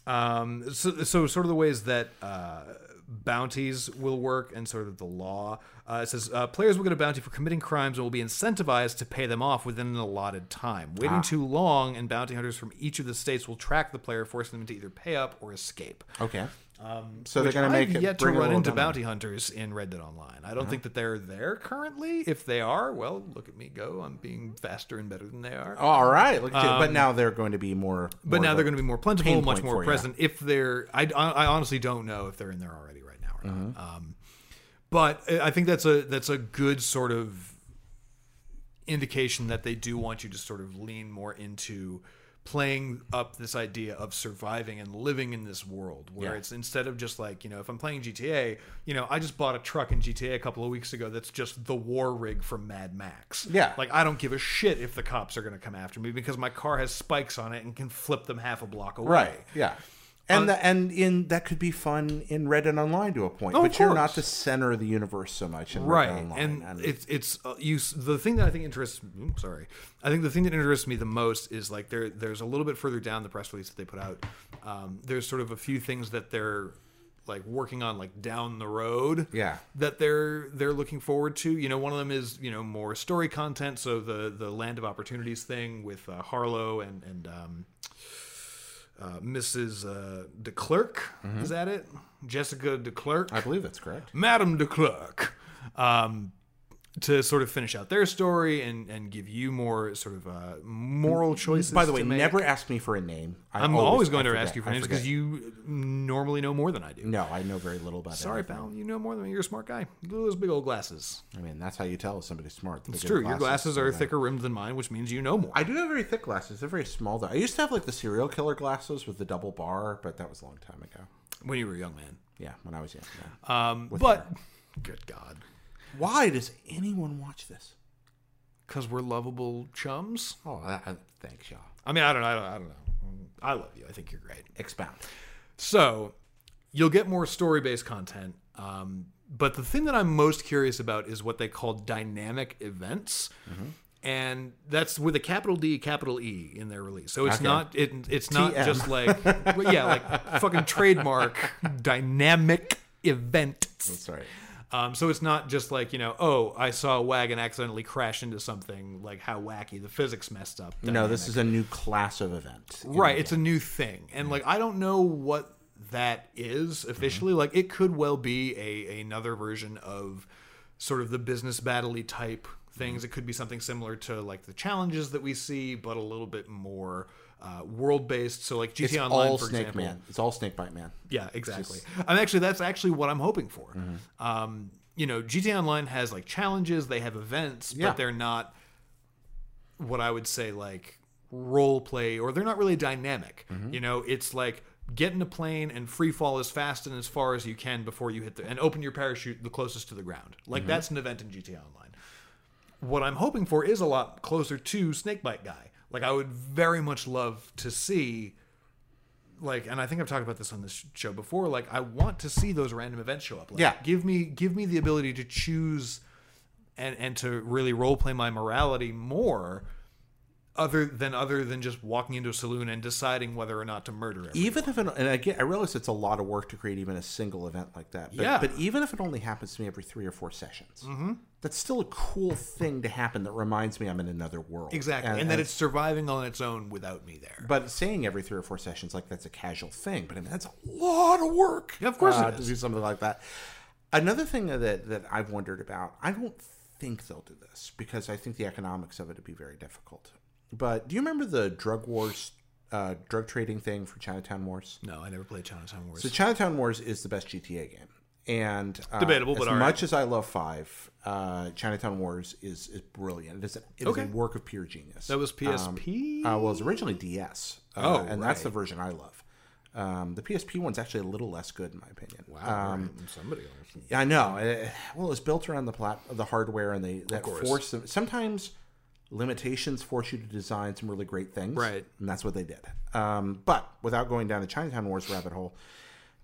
[SPEAKER 2] Um, so, so sort of the ways that uh, bounties will work and sort of the law. Uh, it says uh, players will get a bounty for committing crimes and will be incentivized to pay them off within an allotted time.
[SPEAKER 1] Ah.
[SPEAKER 2] Waiting too long, and bounty hunters from each of the states will track the player, forcing them to either pay up or escape.
[SPEAKER 1] Okay. so they're
[SPEAKER 2] Um, Which
[SPEAKER 1] going to make
[SPEAKER 2] I've
[SPEAKER 1] it
[SPEAKER 2] yet to
[SPEAKER 1] bring it a
[SPEAKER 2] run
[SPEAKER 1] little
[SPEAKER 2] into
[SPEAKER 1] down Uh-huh. there.
[SPEAKER 2] bounty hunters in Red Dead Online. I don't think that they're there currently. If they are, well, look at me go. I'm being faster and better than they are.
[SPEAKER 1] All right. Look at you. But now they're going to be more.
[SPEAKER 2] Um, But now they're going to be more plentiful,
[SPEAKER 1] pain
[SPEAKER 2] much
[SPEAKER 1] point
[SPEAKER 2] more
[SPEAKER 1] for you.
[SPEAKER 2] present. If they're, I, I honestly don't know if they're in there already right now or
[SPEAKER 1] Mm-hmm.
[SPEAKER 2] not. Um, but I I think that's a that's a good sort of indication that they do want you to sort of lean more into playing up this idea of surviving and living in this world where
[SPEAKER 1] Yeah.
[SPEAKER 2] it's instead of just like you know if i'm playing gta you know i just bought a truck in gta a couple of weeks ago that's just the war rig from mad max
[SPEAKER 1] Yeah.
[SPEAKER 2] like i don't give a shit if the cops are going to come after me because my car has spikes on it and can flip them half a block away
[SPEAKER 1] Right. Yeah. And
[SPEAKER 2] Um,
[SPEAKER 1] the, and in that could be fun in Red and Online to a point,
[SPEAKER 2] Oh,
[SPEAKER 1] but
[SPEAKER 2] of
[SPEAKER 1] you're not
[SPEAKER 2] course.
[SPEAKER 1] the center of the universe so much in
[SPEAKER 2] right
[SPEAKER 1] Red Online.
[SPEAKER 2] and, it's it's uh, you s- the thing that i think interests mm, sorry i think the thing that interests me the most is like there there's a little bit further down the press release that they put out um, there's sort of a few things that they're like working on like down the road
[SPEAKER 1] Yeah.
[SPEAKER 2] that they're they're looking forward to you know one of them is you know more story content so the the land of opportunities thing with uh, harlow and and um uh, Mrs. Uh, De Klerk, is that it? Jessica De Klerk.
[SPEAKER 1] Mm-hmm. I believe that's correct.
[SPEAKER 2] Madame de Klerk, um, to sort of finish out their story and and give you more sort of uh, moral choices.
[SPEAKER 1] By the way,
[SPEAKER 2] to make.
[SPEAKER 1] never ask me for a name. I
[SPEAKER 2] I'm always, going
[SPEAKER 1] I
[SPEAKER 2] to
[SPEAKER 1] forget,
[SPEAKER 2] ask you for
[SPEAKER 1] I
[SPEAKER 2] names because
[SPEAKER 1] forget.
[SPEAKER 2] you normally know more than I do.
[SPEAKER 1] No, I know very little about
[SPEAKER 2] Sorry,
[SPEAKER 1] everything.
[SPEAKER 2] pal, you know more than me. You're a smart guy. Look at those big old glasses.
[SPEAKER 1] I mean, that's how you tell if somebody's smart.
[SPEAKER 2] It's true. Your glasses are thicker rimmed than mine, which means you know more.
[SPEAKER 1] I do have very thick glasses. They're very small though. I used to have like the serial killer glasses with the double bar, but that was a long time ago.
[SPEAKER 2] when you were a young man.
[SPEAKER 1] Yeah, when I was young. yeah.
[SPEAKER 2] Um, but good God,
[SPEAKER 1] Why does anyone watch this?
[SPEAKER 2] because we're lovable chums.
[SPEAKER 1] Oh, I, I, thanks, y'all.
[SPEAKER 2] I mean, I don't, I don't, I don't know. I love you. I think you're great.
[SPEAKER 1] Expound.
[SPEAKER 2] So you'll get more story based content. Um, but the thing that I'm most curious about is what they call dynamic events.
[SPEAKER 1] Mm-hmm.
[SPEAKER 2] And that's with a capital D, capital E in their release. So it's
[SPEAKER 1] Okay.
[SPEAKER 2] not it, it's not
[SPEAKER 1] TM. [LAUGHS]
[SPEAKER 2] just like yeah, like fucking trademark dynamic events.
[SPEAKER 1] That's right.
[SPEAKER 2] Um, so it's not just like you know, oh, I saw a wagon accidentally crash into something. Like how wacky the physics messed up.
[SPEAKER 1] No, this is a new class of event.
[SPEAKER 2] right it's a new thing and like i don't know what that
[SPEAKER 1] Mm-hmm.
[SPEAKER 2] is officially like it could well be a another version of sort of the business battle type things
[SPEAKER 1] Mm-hmm.
[SPEAKER 2] it could be something similar to like the challenges that we see but a little bit more uh, world based so like gta
[SPEAKER 1] It's
[SPEAKER 2] online
[SPEAKER 1] all
[SPEAKER 2] for
[SPEAKER 1] Snake
[SPEAKER 2] example
[SPEAKER 1] Man. It's all Snake Bite Man.
[SPEAKER 2] yeah, exactly. I'm actually that's actually what I'm hoping for. Um, you know, GTA Online has like challenges, they have events,
[SPEAKER 1] Yeah.
[SPEAKER 2] but they're not what I would say like role play or they're not really dynamic. You know, it's like get in a plane and free fall as fast and as far as you can before you hit the and open your parachute the closest to the ground. Like that's an event in GTA Online what I'm hoping for is a lot closer to Snakebite Guy. Like I would very much love to see like and I think I've talked about this on this show before like I want to see those random events show up. Like,
[SPEAKER 1] Yeah.
[SPEAKER 2] Give me give me the ability to choose and and to really role play my morality more other than other than just walking into a saloon and deciding whether or not to murder everyone.
[SPEAKER 1] Even if, it, and again, I realize it's a lot of work to create even a single event like that. But,
[SPEAKER 2] Yeah. Mm-hmm.
[SPEAKER 1] But even if it only happens to me every three or four sessions, that's still a cool thing to happen that reminds me I'm in another world.
[SPEAKER 2] Exactly. And, that it's surviving on its own without me there.
[SPEAKER 1] But saying every three or four sessions, like that's a casual thing, but I mean, that's a lot of work.
[SPEAKER 2] Yeah, of course
[SPEAKER 1] uh,
[SPEAKER 2] it
[SPEAKER 1] to
[SPEAKER 2] is.
[SPEAKER 1] do something like that. Another thing that that I've wondered about, I don't think they'll do this because I think the economics of it would be very difficult. But do you remember the drug wars, uh, drug trading thing for Chinatown Wars?
[SPEAKER 2] No, I never played Chinatown Wars.
[SPEAKER 1] So Chinatown Wars is the best GTA game, and uh,
[SPEAKER 2] Debatable,
[SPEAKER 1] as
[SPEAKER 2] but all
[SPEAKER 1] much
[SPEAKER 2] right.
[SPEAKER 1] as I love Five, uh, Chinatown Wars is is brilliant. It is, a, it is
[SPEAKER 2] Okay.
[SPEAKER 1] a work of pure genius.
[SPEAKER 2] that was PSP.
[SPEAKER 1] Uh, well, it's originally DS. Uh,
[SPEAKER 2] Oh,
[SPEAKER 1] and that's
[SPEAKER 2] right.
[SPEAKER 1] the version I love. Um, the PSP one's actually a little less good, in my opinion.
[SPEAKER 2] Wow,
[SPEAKER 1] Um,
[SPEAKER 2] right. somebody else.
[SPEAKER 1] yeah, I know. Uh, well, it's built around the plat, the hardware, and they that
[SPEAKER 2] course.
[SPEAKER 1] force them. Sometimes limitations force you to design some really great things.
[SPEAKER 2] Right.
[SPEAKER 1] And that's what they did. Um, but without going down the Chinatown Wars rabbit hole,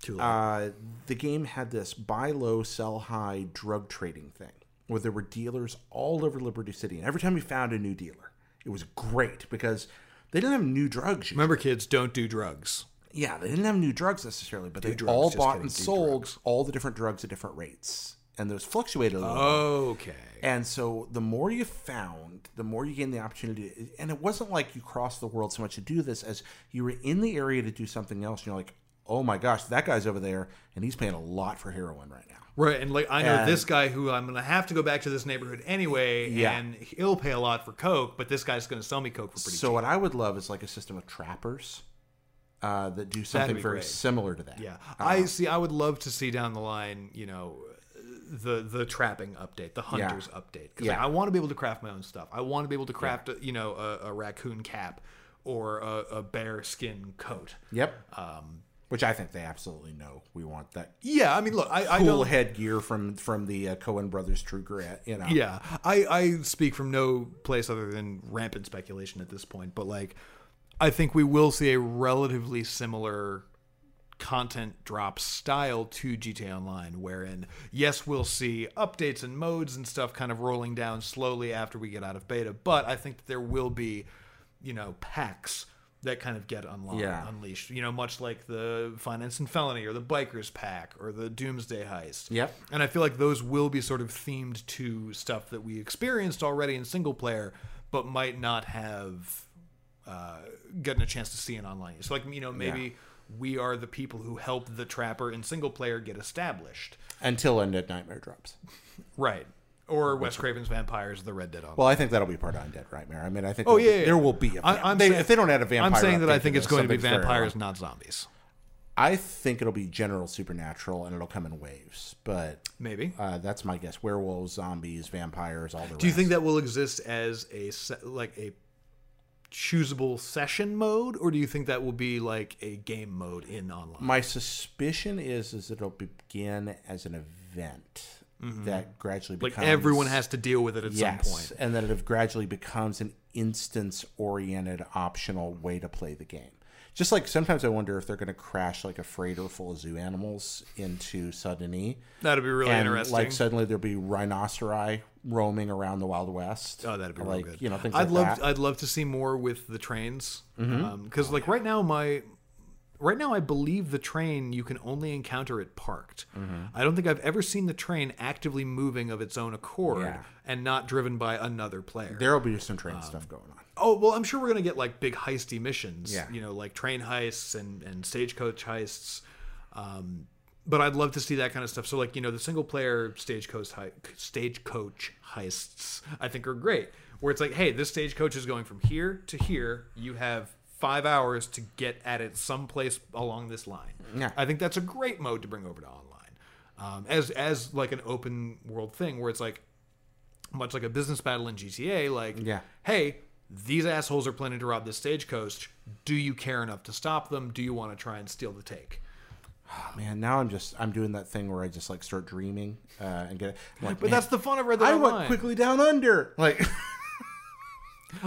[SPEAKER 2] Too late.
[SPEAKER 1] uh, the game had this buy low, sell high drug trading thing where there were dealers all over Liberty City. And every time you found a new dealer, it was great because they didn't have new drugs.
[SPEAKER 2] Remember, kids, don't do drugs.
[SPEAKER 1] Yeah, they didn't have new drugs necessarily, but they
[SPEAKER 2] drugs,
[SPEAKER 1] all
[SPEAKER 2] just
[SPEAKER 1] bought
[SPEAKER 2] kidding,
[SPEAKER 1] and
[SPEAKER 2] do
[SPEAKER 1] sold all the different drugs at different rates. And those fluctuated a little
[SPEAKER 2] Oh.
[SPEAKER 1] bit.
[SPEAKER 2] Okay.
[SPEAKER 1] And so the more you found, the more you gained the opportunity. And it wasn't like you crossed the world so much to do this as you were in the area to do something else. And you're like, oh my gosh, that guy's over there and he's paying a lot for heroin right now.
[SPEAKER 2] Right, and like I know
[SPEAKER 1] And-
[SPEAKER 2] this guy who I'm gonna have to go back to this neighborhood anyway,
[SPEAKER 1] Yeah.
[SPEAKER 2] and he'll pay a lot for coke, but this guy's gonna sell me coke for pretty
[SPEAKER 1] So what I would love is like a system of trappers uh, that do something
[SPEAKER 2] be
[SPEAKER 1] very
[SPEAKER 2] great.
[SPEAKER 1] similar to that.
[SPEAKER 2] cheap. Yeah, I see. I would love to see down the line, you know, the the trapping update, the hunters update. 'Cause, like,
[SPEAKER 1] Yeah.
[SPEAKER 2] I want to be able to craft my own stuff. I want to be able to craft, a, you know, a, a raccoon cap or a, a bear skin coat.
[SPEAKER 1] Yep.
[SPEAKER 2] Um,
[SPEAKER 1] Which I think they absolutely know we want that
[SPEAKER 2] Yeah, I mean, look, I, I
[SPEAKER 1] cool
[SPEAKER 2] don't.
[SPEAKER 1] headgear from from the uh, Cohen brothers True Grit. You know.
[SPEAKER 2] Yeah, I, I speak from no place other than rampant speculation at this point, but like, I think we will see a relatively similar content drop style to GTA Online, wherein, yes, we'll see updates and modes and stuff kind of rolling down slowly after we get out of beta, but I think that there will be, you know, packs that kind of get unlocked,
[SPEAKER 1] Yeah.
[SPEAKER 2] unleashed, you know, much like the Finance and Felony or the Bikers Pack or the Doomsday Heist.
[SPEAKER 1] Yep.
[SPEAKER 2] And I feel like those will be sort of themed to stuff that we experienced already in single player, but might not have uh, gotten a chance to see in online. So, like, you know, maybe we are the people who help the trapper in single player get established.
[SPEAKER 1] Until Undead Nightmare drops.
[SPEAKER 2] Right. Or Wes Craven's Vampires, the Red Dead Online.
[SPEAKER 1] Well, I think that'll be part of Undead Nightmare. I mean, I think
[SPEAKER 2] Oh,
[SPEAKER 1] there-
[SPEAKER 2] yeah, yeah,
[SPEAKER 1] there
[SPEAKER 2] yeah.
[SPEAKER 1] will be a
[SPEAKER 2] I-
[SPEAKER 1] vamp-
[SPEAKER 2] I'm
[SPEAKER 1] they,
[SPEAKER 2] saying-
[SPEAKER 1] if they don't add a vampire.
[SPEAKER 2] I'm saying that I think
[SPEAKER 1] thinking
[SPEAKER 2] it's going to be
[SPEAKER 1] something's very
[SPEAKER 2] vampires,
[SPEAKER 1] wrong.
[SPEAKER 2] not zombies.
[SPEAKER 1] I think it'll be general supernatural, and it'll come in waves. But
[SPEAKER 2] Maybe.
[SPEAKER 1] uh, that's my guess: werewolves, zombies, vampires, all the.
[SPEAKER 2] Do you think that will exist as a se- like a choosable session mode, or do you think that will be like a game mode in online?
[SPEAKER 1] my suspicion is is it'll begin as an event that gradually
[SPEAKER 2] Mm-hmm. like
[SPEAKER 1] becomes
[SPEAKER 2] everyone has to deal with it at some
[SPEAKER 1] yes,
[SPEAKER 2] point.
[SPEAKER 1] and then it gradually becomes an instance-oriented optional way to play the game. Just like sometimes I wonder if they're going to crash like a freighter full of zoo animals into Suddeney.
[SPEAKER 2] That'd be really
[SPEAKER 1] and
[SPEAKER 2] interesting.
[SPEAKER 1] like suddenly there'll be rhinoceri roaming around the Wild West.
[SPEAKER 2] oh, that'd be
[SPEAKER 1] like
[SPEAKER 2] real good.
[SPEAKER 1] you know things
[SPEAKER 2] I'd
[SPEAKER 1] like
[SPEAKER 2] love
[SPEAKER 1] that. Mm-hmm.
[SPEAKER 2] I'd love to see more with the trains because like right now my right now I believe the train you can only encounter it parked.
[SPEAKER 1] Mm-hmm.
[SPEAKER 2] I don't think I've ever seen the train actively moving of its own accord
[SPEAKER 1] Yeah.
[SPEAKER 2] and not driven by another player.
[SPEAKER 1] There'll be some train stuff going on.
[SPEAKER 2] Oh well, I'm sure we're gonna get like big heisty missions.
[SPEAKER 1] Yeah.
[SPEAKER 2] You know, like train heists and and stagecoach heists. Um, but I'd love to see that kind of stuff. So like you know, the single player stagecoach hei- stagecoach heists I think are great. Where it's like, hey, this stagecoach is going from here to here. You have five hours to get at it someplace along this line.
[SPEAKER 1] Yeah.
[SPEAKER 2] I think that's a great mode to bring over to online. Um, as as like an open world thing where it's like much like a business battle in GTA, like,
[SPEAKER 1] Yeah.
[SPEAKER 2] hey, these assholes are planning to rob this stagecoach. Do you care enough to stop them? Do you want to try and steal the take?
[SPEAKER 1] Oh, man, now I'm just I'm doing that thing where I just like start dreaming uh, and get I'm like. man,
[SPEAKER 2] But that's the fun of Red Dead
[SPEAKER 1] I
[SPEAKER 2] Online.
[SPEAKER 1] went quickly down under like [LAUGHS]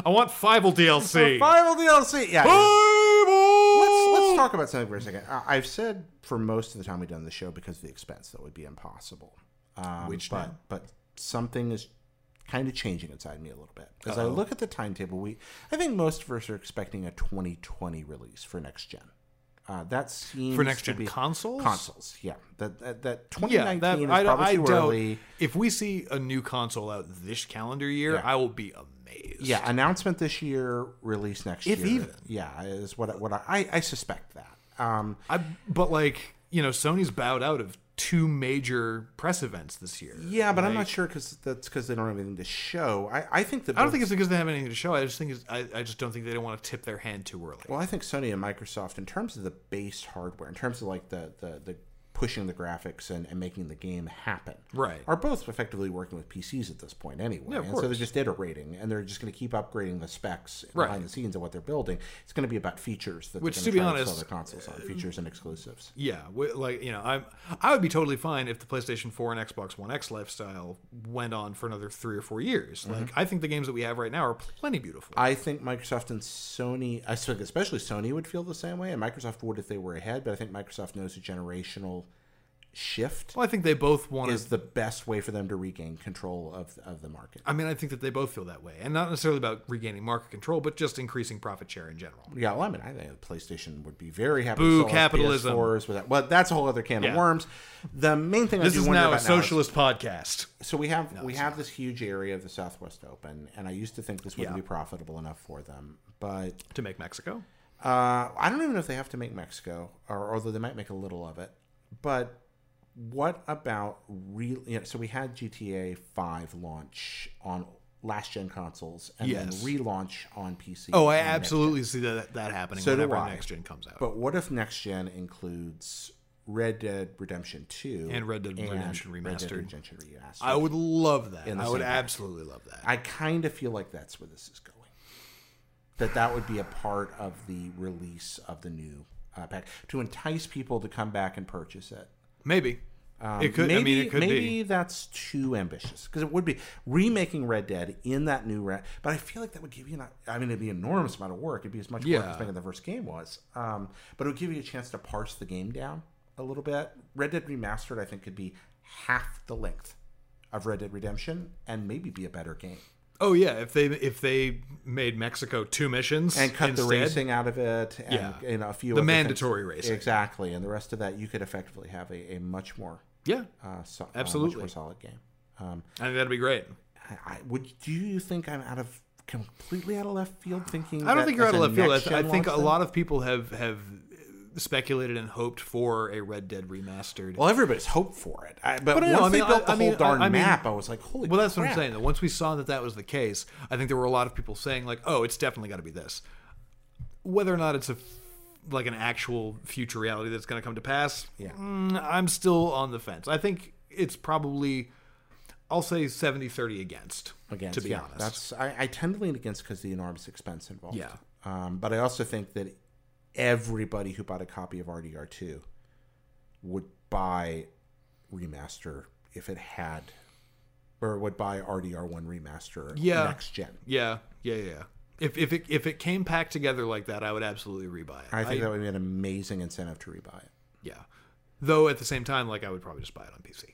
[SPEAKER 2] I want Fivel DLC.
[SPEAKER 1] final DLC. Yeah.
[SPEAKER 2] Fievel!
[SPEAKER 1] Let's, let's talk about something for a second. I- I've said for most of the time we've done the show because of the expense that would be impossible. Um,
[SPEAKER 2] Which
[SPEAKER 1] but
[SPEAKER 2] now?
[SPEAKER 1] but something is kind of changing inside me a little bit as I look at the timetable. We I think most of us are expecting a 2020 release for next gen. Uh, that seems
[SPEAKER 2] For next
[SPEAKER 1] to
[SPEAKER 2] gen
[SPEAKER 1] be
[SPEAKER 2] consoles?
[SPEAKER 1] Consoles, yeah. That that, that
[SPEAKER 2] Yeah,
[SPEAKER 1] 2019
[SPEAKER 2] that,
[SPEAKER 1] is
[SPEAKER 2] I, don't-
[SPEAKER 1] probably
[SPEAKER 2] I
[SPEAKER 1] too early.
[SPEAKER 2] doubt. If we see a new console out this calendar year,
[SPEAKER 1] Yeah.
[SPEAKER 2] I will be amazed.
[SPEAKER 1] Yeah, announcement this year, release next
[SPEAKER 2] If
[SPEAKER 1] year.
[SPEAKER 2] even.
[SPEAKER 1] yeah, is what I- what I I, I suspect that. Um,
[SPEAKER 2] I, but like you know, Sony's bowed out of two major press events this year.
[SPEAKER 1] Yeah, but I'm not sure because that's because they don't have anything to show. I, I think that
[SPEAKER 2] I don't think it's because they have anything to show. I just think it's, I, I just don't think they don't want to tip their hand too early.
[SPEAKER 1] well, I think Sony and Microsoft, in terms of the base hardware, in terms of like the the, the pushing the graphics and, and making the game happen
[SPEAKER 2] Right.
[SPEAKER 1] are both effectively working with PCs at this point anyway.
[SPEAKER 2] Yeah, of
[SPEAKER 1] and so they're
[SPEAKER 2] course.
[SPEAKER 1] just iterating and they're just going to keep upgrading the specs
[SPEAKER 2] Right.
[SPEAKER 1] behind the scenes of what they're building. It's going to be about features that
[SPEAKER 2] Which,
[SPEAKER 1] they're
[SPEAKER 2] to
[SPEAKER 1] gonna
[SPEAKER 2] be
[SPEAKER 1] try and sell
[SPEAKER 2] honest, uh,
[SPEAKER 1] their consoles on features and exclusives.
[SPEAKER 2] Yeah, wi- like you know, I'm I would be totally fine if the PlayStation 4 and Xbox One X lifestyle went on for another three or four years. Like I think the games that we have right now are plenty beautiful.
[SPEAKER 1] I think Microsoft and Sony, I think especially Sony, would feel the same way, and Microsoft would if they were ahead. But I think Microsoft knows a generational shift
[SPEAKER 2] well, I think they both want to
[SPEAKER 1] is the best way for them to regain control of of the market.
[SPEAKER 2] I mean, I think that they both feel that way, and not necessarily about regaining market control, but just increasing profit share in general.
[SPEAKER 1] Yeah, well, I mean, I think the PlayStation would be very happy.
[SPEAKER 2] Boo,
[SPEAKER 1] to sell off
[SPEAKER 2] capitalism.
[SPEAKER 1] PS4s without, well, that's a whole other can of
[SPEAKER 2] Yeah.
[SPEAKER 1] worms. The main thing
[SPEAKER 2] This
[SPEAKER 1] I do
[SPEAKER 2] is
[SPEAKER 1] wonder
[SPEAKER 2] now a
[SPEAKER 1] about now is-
[SPEAKER 2] socialist podcast.
[SPEAKER 1] so we have we have this huge area of the Southwest open, and I used to think this wouldn't
[SPEAKER 2] Yeah.
[SPEAKER 1] be profitable enough for them, but
[SPEAKER 2] To make Mexico,
[SPEAKER 1] uh, I don't even know if they have to make Mexico, or although they might make a little of it. But what about real? You know, so we had GTA Five launch on last gen consoles, and
[SPEAKER 2] Yes.
[SPEAKER 1] then relaunch on PC.
[SPEAKER 2] oh, I
[SPEAKER 1] and next gen.
[SPEAKER 2] absolutely see that that happening
[SPEAKER 1] So do
[SPEAKER 2] whenever
[SPEAKER 1] I.
[SPEAKER 2] next gen comes out.
[SPEAKER 1] But what if next gen includes Red Dead Redemption Two
[SPEAKER 2] And Red Dead Redemption
[SPEAKER 1] Red Dead
[SPEAKER 2] Remastered.
[SPEAKER 1] Redemption Remastered?
[SPEAKER 2] I would love that.
[SPEAKER 1] In the
[SPEAKER 2] I would
[SPEAKER 1] same
[SPEAKER 2] absolutely love that.
[SPEAKER 1] I kind of feel like that's where this is going. That that would be a part of the release of the new uh, pack to entice people to come back and purchase it.
[SPEAKER 2] maybe it could.
[SPEAKER 1] maybe,
[SPEAKER 2] I mean, it could
[SPEAKER 1] maybe
[SPEAKER 2] be.
[SPEAKER 1] that's too ambitious because it would be remaking Red Dead in that new Red. But I feel like that would give you not. I mean, it'd be an enormous amount of work. It'd be as much work
[SPEAKER 2] Yeah.
[SPEAKER 1] as making the first game was. Um, but it would give you a chance to parse the game down a little bit. Red Dead Remastered, I think, could be half the length of Red Dead Redemption and maybe be a better game.
[SPEAKER 2] Oh yeah, if they if they made Mexico two missions
[SPEAKER 1] and cut the
[SPEAKER 2] instead,
[SPEAKER 1] racing out of it and
[SPEAKER 2] Yeah.
[SPEAKER 1] you know, a few
[SPEAKER 2] The
[SPEAKER 1] other things.
[SPEAKER 2] mandatory racing.
[SPEAKER 1] exactly and the rest of that you could effectively have a, a much more
[SPEAKER 2] Yeah,
[SPEAKER 1] uh, so, uh,
[SPEAKER 2] Absolutely.
[SPEAKER 1] much more solid game um,
[SPEAKER 2] I think that'd be great.
[SPEAKER 1] I, I would do you think I'm out of completely out of left field thinking
[SPEAKER 2] I don't
[SPEAKER 1] that
[SPEAKER 2] think you're
[SPEAKER 1] as
[SPEAKER 2] out of
[SPEAKER 1] a
[SPEAKER 2] left field. I,
[SPEAKER 1] next-gen
[SPEAKER 2] I think a
[SPEAKER 1] launch
[SPEAKER 2] lot of people have have speculated and hoped for a Red Dead remastered.
[SPEAKER 1] thing- well everybody's hoped for it I, but,
[SPEAKER 2] But I
[SPEAKER 1] once
[SPEAKER 2] know, I
[SPEAKER 1] they
[SPEAKER 2] mean,
[SPEAKER 1] built
[SPEAKER 2] I-
[SPEAKER 1] the
[SPEAKER 2] I
[SPEAKER 1] whole
[SPEAKER 2] mean,
[SPEAKER 1] darn
[SPEAKER 2] I- I mean-
[SPEAKER 1] map I was like holy
[SPEAKER 2] Well, that's what I'm
[SPEAKER 1] crap.
[SPEAKER 2] saying. Though once we saw that that was the case, I think there were a lot of people saying like, "Oh, it's definitely got to be this." Whether or not it's a f- like an actual future reality that's going to come to pass,
[SPEAKER 1] Yeah.
[SPEAKER 2] mm, I'm still on the fence. I think it's probably I'll say 70-30 against.
[SPEAKER 1] against
[SPEAKER 2] to be
[SPEAKER 1] yeah,
[SPEAKER 2] honest,
[SPEAKER 1] That's I, I tend to lean against because the enormous expense involved.
[SPEAKER 2] Yeah.
[SPEAKER 1] Um, but I also think that everybody who bought a copy of RDR two would buy remaster if it had, or would buy RDR one remaster
[SPEAKER 2] Yeah.
[SPEAKER 1] next gen.
[SPEAKER 2] yeah, yeah, yeah. yeah. If if it if it came packed together like that, I would absolutely rebuy it.
[SPEAKER 1] I think that would be an amazing incentive to rebuy it.
[SPEAKER 2] yeah. Though at the same time, like I would probably just buy it on PC.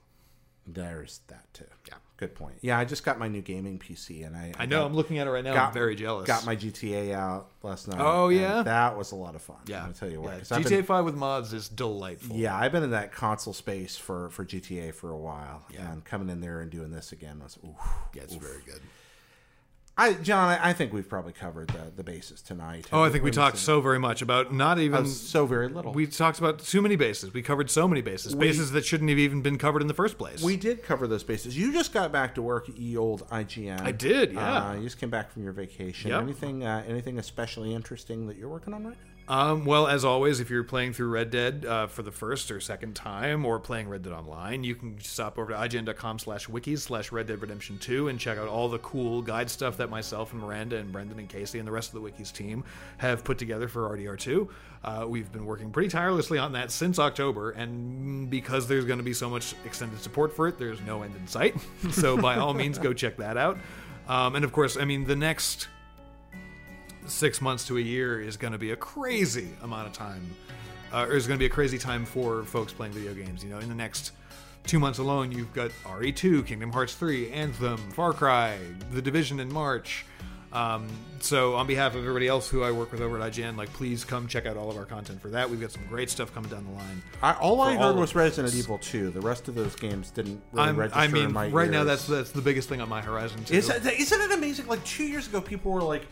[SPEAKER 1] There's that too.
[SPEAKER 2] Yeah.
[SPEAKER 1] Good point. Yeah, I just got my new gaming PC, and I
[SPEAKER 2] I know I'm looking at it right now.
[SPEAKER 1] got-
[SPEAKER 2] I'm very jealous.
[SPEAKER 1] got my GTA out last night.
[SPEAKER 2] Oh,
[SPEAKER 1] and
[SPEAKER 2] yeah?
[SPEAKER 1] that was a lot of fun.
[SPEAKER 2] yeah.
[SPEAKER 1] I'll tell you what.
[SPEAKER 2] Yeah,
[SPEAKER 1] 'cause I've
[SPEAKER 2] GTA
[SPEAKER 1] been-
[SPEAKER 2] Five with mods is delightful.
[SPEAKER 1] Yeah, I've been in that console space for for GTA for a while, and coming in there and doing this again was. Oof.
[SPEAKER 2] Yeah, it's very good.
[SPEAKER 1] I John, I, I think we've probably covered the the bases tonight.
[SPEAKER 2] Oh, I think we
[SPEAKER 1] We've
[SPEAKER 2] talked
[SPEAKER 1] seen-
[SPEAKER 2] so very much about not even.
[SPEAKER 1] so very little.
[SPEAKER 2] We talked about too many bases. We covered so many bases, bases that shouldn't have even been covered in the first place.
[SPEAKER 1] we did cover those bases. You just got back to work, at ye old IGN. I
[SPEAKER 2] did, yeah.
[SPEAKER 1] Uh, you just came back from your vacation.
[SPEAKER 2] Yep.
[SPEAKER 1] Anything uh, anything especially interesting that you're working on right now?
[SPEAKER 2] um, well, as always, if you're playing through Red Dead uh, for the first or second time, or playing Red Dead Online, you can stop over to ign.com/wikis/Red slash Red Dead Redemption Two and check out all the cool guide stuff that myself and Miranda and Brendan and Casey and the rest of the wikis team have put together for RDR Two. Uh, we've been working pretty tirelessly on that since October, and because there's going to be so much extended support for it, there's no end in sight. [LAUGHS] so by all means, go check that out. Um, and of course, I mean the next six months to a year is going to be a crazy amount of time, uh, or is going to be a crazy time for folks playing video games. You know, in the next two months alone, you've got RE2, Kingdom Hearts 3, Anthem, Far Cry, The Division in March. Um, so, on behalf of everybody else who I work with over at IGN, like please come check out all of our content for that. We've got some great stuff coming down the line.
[SPEAKER 1] I, all I
[SPEAKER 2] For
[SPEAKER 1] heard
[SPEAKER 2] all of
[SPEAKER 1] was
[SPEAKER 2] us.
[SPEAKER 1] Resident Evil 2. The rest of those games didn't really
[SPEAKER 2] I'm,
[SPEAKER 1] register
[SPEAKER 2] I mean,
[SPEAKER 1] in my
[SPEAKER 2] right now
[SPEAKER 1] ears.
[SPEAKER 2] that's that's the biggest thing on my horizon. Too.
[SPEAKER 1] Is that, isn't it amazing? Like two years ago, people were like,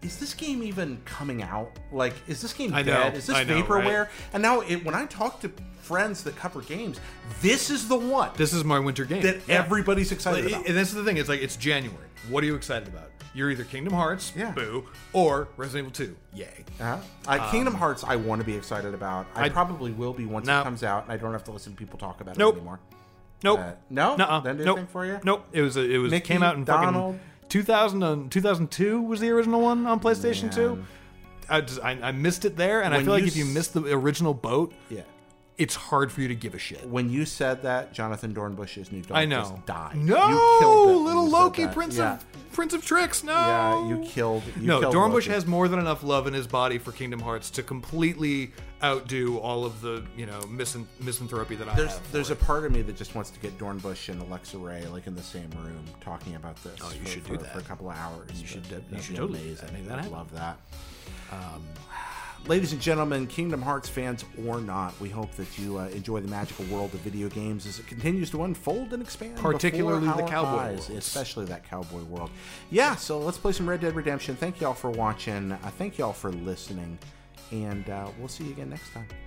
[SPEAKER 1] is this game even coming out? Like, is this game
[SPEAKER 2] I know,
[SPEAKER 1] dead? Is this
[SPEAKER 2] I know, right?
[SPEAKER 1] vaporware? And now, it, when I talk to friends that cover games, this is the one
[SPEAKER 2] This is my winter game.
[SPEAKER 1] that
[SPEAKER 2] Yeah.
[SPEAKER 1] everybody's excited
[SPEAKER 2] Like,
[SPEAKER 1] about.
[SPEAKER 2] And that's the thing. It's like it's January. What are you excited about? You're either Kingdom Hearts,
[SPEAKER 1] Yeah.
[SPEAKER 2] boo, or Resident Evil 2. Yay.
[SPEAKER 1] Uh-huh. Uh, Kingdom Hearts, I want to be excited about. I
[SPEAKER 2] Um, I-
[SPEAKER 1] probably will be once
[SPEAKER 2] No.
[SPEAKER 1] it comes out, and I don't have to listen to people talk about
[SPEAKER 2] Nope.
[SPEAKER 1] it anymore.
[SPEAKER 2] Nope.
[SPEAKER 1] Uh, no?
[SPEAKER 2] Nuh-uh.
[SPEAKER 1] That new
[SPEAKER 2] nope.
[SPEAKER 1] thing for you?
[SPEAKER 2] Nope. It was a, it was
[SPEAKER 1] Mickey,
[SPEAKER 2] came out in
[SPEAKER 1] Donald?
[SPEAKER 2] fucking 2000 and 2002 was the original one on PlayStation 2.
[SPEAKER 1] Man.
[SPEAKER 2] I, just, I, I missed it there, and I
[SPEAKER 1] When
[SPEAKER 2] feel like
[SPEAKER 1] you
[SPEAKER 2] if you
[SPEAKER 1] s-
[SPEAKER 2] miss the original boat,
[SPEAKER 1] Yeah.
[SPEAKER 2] it's hard for you to give a shit.
[SPEAKER 1] When you said that, Jonathan Dornbush's new dog
[SPEAKER 2] I know.
[SPEAKER 1] just died.
[SPEAKER 2] No,
[SPEAKER 1] You killed it when
[SPEAKER 2] little
[SPEAKER 1] you said
[SPEAKER 2] Loki,
[SPEAKER 1] that.
[SPEAKER 2] Prince
[SPEAKER 1] yeah.
[SPEAKER 2] of Prince of Tricks. No,
[SPEAKER 1] Yeah, you killed. You
[SPEAKER 2] no,
[SPEAKER 1] killed
[SPEAKER 2] Dornbush
[SPEAKER 1] Loki.
[SPEAKER 2] has more than enough love in his body for Kingdom Hearts to completely outdo all of the you know misan- misanthropy that I
[SPEAKER 1] There's
[SPEAKER 2] have.
[SPEAKER 1] there's a part of me that just wants to get Dornbush and Alexa Ray like in the same room talking about this. Oh,
[SPEAKER 2] you
[SPEAKER 1] for,
[SPEAKER 2] should
[SPEAKER 1] for,
[SPEAKER 2] do that.
[SPEAKER 1] for a couple of hours. You
[SPEAKER 2] should de- you should totally do that. Make that happen.
[SPEAKER 1] love that. Um, Ladies and gentlemen, Kingdom Hearts fans or not, we hope that you uh, enjoy the magical world of video games as it continues to unfold and expand. before
[SPEAKER 2] Particularly the
[SPEAKER 1] our
[SPEAKER 2] cowboy
[SPEAKER 1] eyes,
[SPEAKER 2] worlds.
[SPEAKER 1] especially that cowboy world. Yeah, so let's play some Red Dead Redemption. Thank y'all for watching. Uh, thank y'all for listening, and uh, we'll see you again next time.